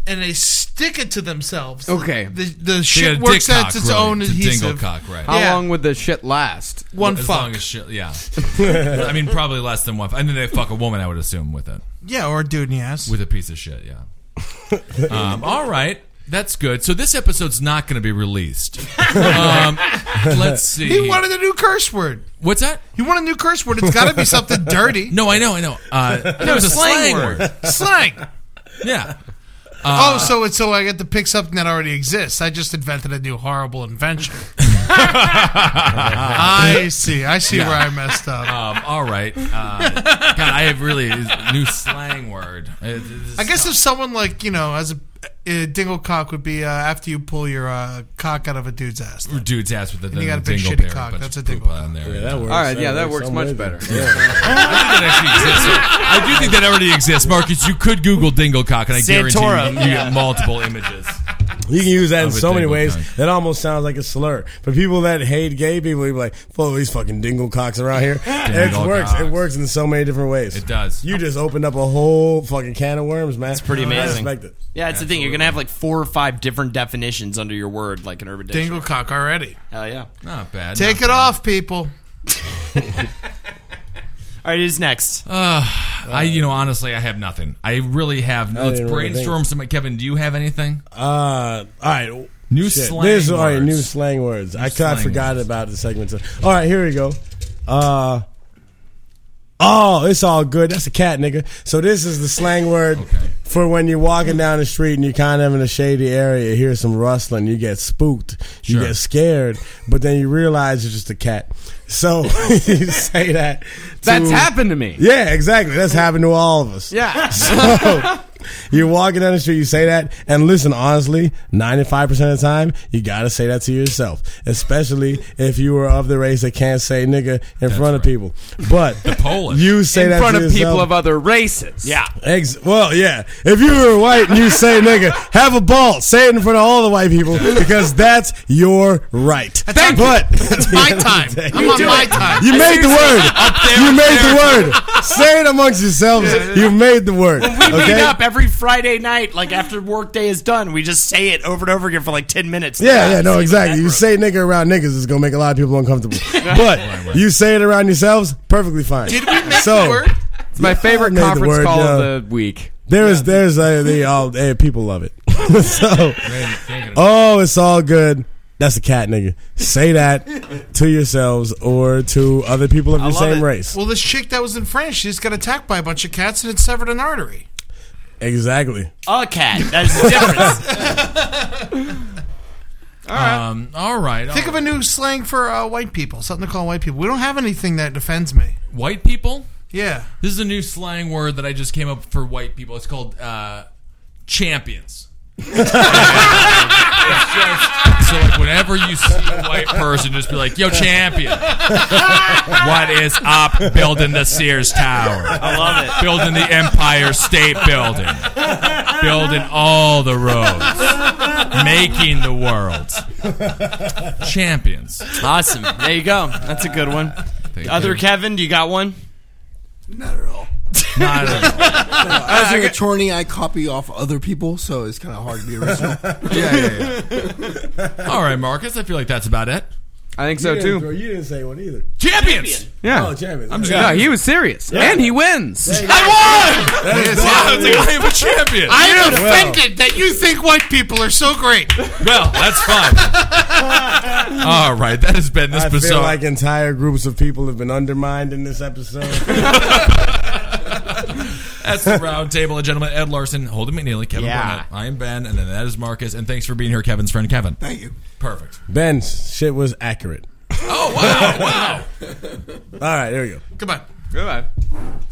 And they stick it to themselves.
Okay.
The, the
So you
shit
got a
works
dick
out
cock,
its its
really,
own
to
adhesive.
Dingle cock, right?
how
Yeah.
long would the shit last?
One
as
fuck.
long as shit, yeah. I mean, probably less than one. And then they fuck a woman, I would assume, with it,
yeah, or a dude in the ass.
with a piece of shit, yeah. Um, all right, that's good. So this episode's not going to be released. Um, let's see.
he wanted a new curse word.
What's that?
You want a new curse word? It's got to be something dirty.
No, I know, I know. Uh, it was a slang, word.
slang.
Yeah.
oh, so it's so I get to pick something that already exists. I just invented a new horrible invention. I see. I see where I messed up.
Uh, Um, all right. Uh, God, I have really a new slang word. Uh, It- it's-
I guess if someone like you know, as a, a dingle cock would be uh, after you pull your uh, cock out of a dude's ass.
dude's ass with the, the
You got a big
dingle
shitty
pair,
cock.
bunch
That's
of
a
poop
dingle
on there.
Yeah, that works.
All right, yeah, that works
I'm
much
with
better.
it. Yeah.
that actually exists. I do think that already exists, Marcus. You could Google dingle cock, and I
Santorum.
guarantee you, you get multiple images.
You can use that in
Of a
so many
dingle
ways.
cock.
That almost sounds like a slur. But people that hate gay people, you be like, "Fuck these fucking dingle cocks around here." it
Dingle
works.
cocks.
It works in so many different ways.
It does.
You just opened up a whole fucking can of worms, man. It's
pretty amazing.
I respect it.
Yeah, that's the thing. You're gonna have like four or fifive different definitions under your word, like an urban dictionary.
Dingle cock already.
Hell yeah!
Not bad.
Take it off, people.
All right, who's next?
Uh,
I, you know, honestly, I have nothing. I really have. No,
I
let's
didn't really
brainstorm some. Kevin, do you have anything?
Uh, all right.
New
Shit.
slang
This is, All right,
words.
new slang words. I, kinda
slang
forgot
words.
about the segment. All right, here we go. Uh, oh, it's all good. That's a cat, nigga. So this is the slang word for when you're walking down the street and you're kind of in a shady area. You hear some rustling. You get spooked. You
Sure.
get scared. But then you realize it's just a cat. So you say that.
That's
to-
happened to me.
Yeah, exactly. That's happened to all of us.
Yeah.
So you're walking down the street, you say that, and listen, honestly, 95% of the time, you gotta say that to yourself. Especially if you are of the race that can't say nigga in front of people. But
Polish.
you say
in
that
front
to
of people
yourself.
of other races. Yeah.
Ex- well, yeah. If you were white and you say nigga, have a ball. Say it in front of all the white people because that's your right.
Thank you.
but
It's my time. I'm on my time.
you made the word. you made the word. Say it amongst yourselves. You made the word.
We
okay?
meet up every Friday night, like after work day is done. We just say it over and over again for like ten minutes.
Yeah, yeah, no,
See
exactly. You
what
say nigga around niggas is gonna make a lot of people uncomfortable. but you say it around yourselves, perfectly fine. Did we make so,
The word?
It's my favorite
made the
conference
word,
call
yeah.
of the week.
There is, there's, uh, they all, eh, people love it. so, oh, it's all good. That's a cat nigga. Say that to yourselves or to other people of your
love
same
it.
race.
Well, this chick that was in France, she just got attacked by a bunch of cats and it severed an artery.
Exactly.
I mean? A cat. That's the difference.
Um, all right.
Think of a new slang for uh, white people. Something to call white people. We don't have anything that defends me.
white people.
Yeah.
This is a new slang word that I just came up for white people. It's called uh, champions. It's just- so like whenever you see a white person, just be like, "Yo, champion, what is up? Building the Sears Tower. I love it. Building the Empire State Building. Building all the roads. Making the world. Champions.
awesome. There you go. That's a good one.
Thank
Other
you.
Kevin, do you got one?
Not a-
As an attorney, I copy off other people, so it's kind of hard to be original.
yeah, yeah, yeah. All right, Marcus. I feel like that's about it.
I think
You
so
didn't
too.
throw- you didn't say one either.
Champions.
Yeah.
Oh, champions.
I'm
I'm
just
just
no,
gonna-
he was serious,
Yeah.
and he wins.
I won.
That is
I
bad.
was like, I am a champion.
I am
Well.
offended that you think white people are so great.
Well, that's fine. All right, that has been this
I
episode.
feel like entire groups of people have been undermined in this episode.
That's the round table, gentlemen. Ed Larson, Holden McNeely, Kevin
Yeah.
Burnett. I am Ben, and then that is Marcus. And thanks for being here, Kevin's friend Kevin.
Thank you.
Perfect.
Ben's shit was accurate.
Oh wow, wow.
All right, there we go.
Come on.
Goodbye.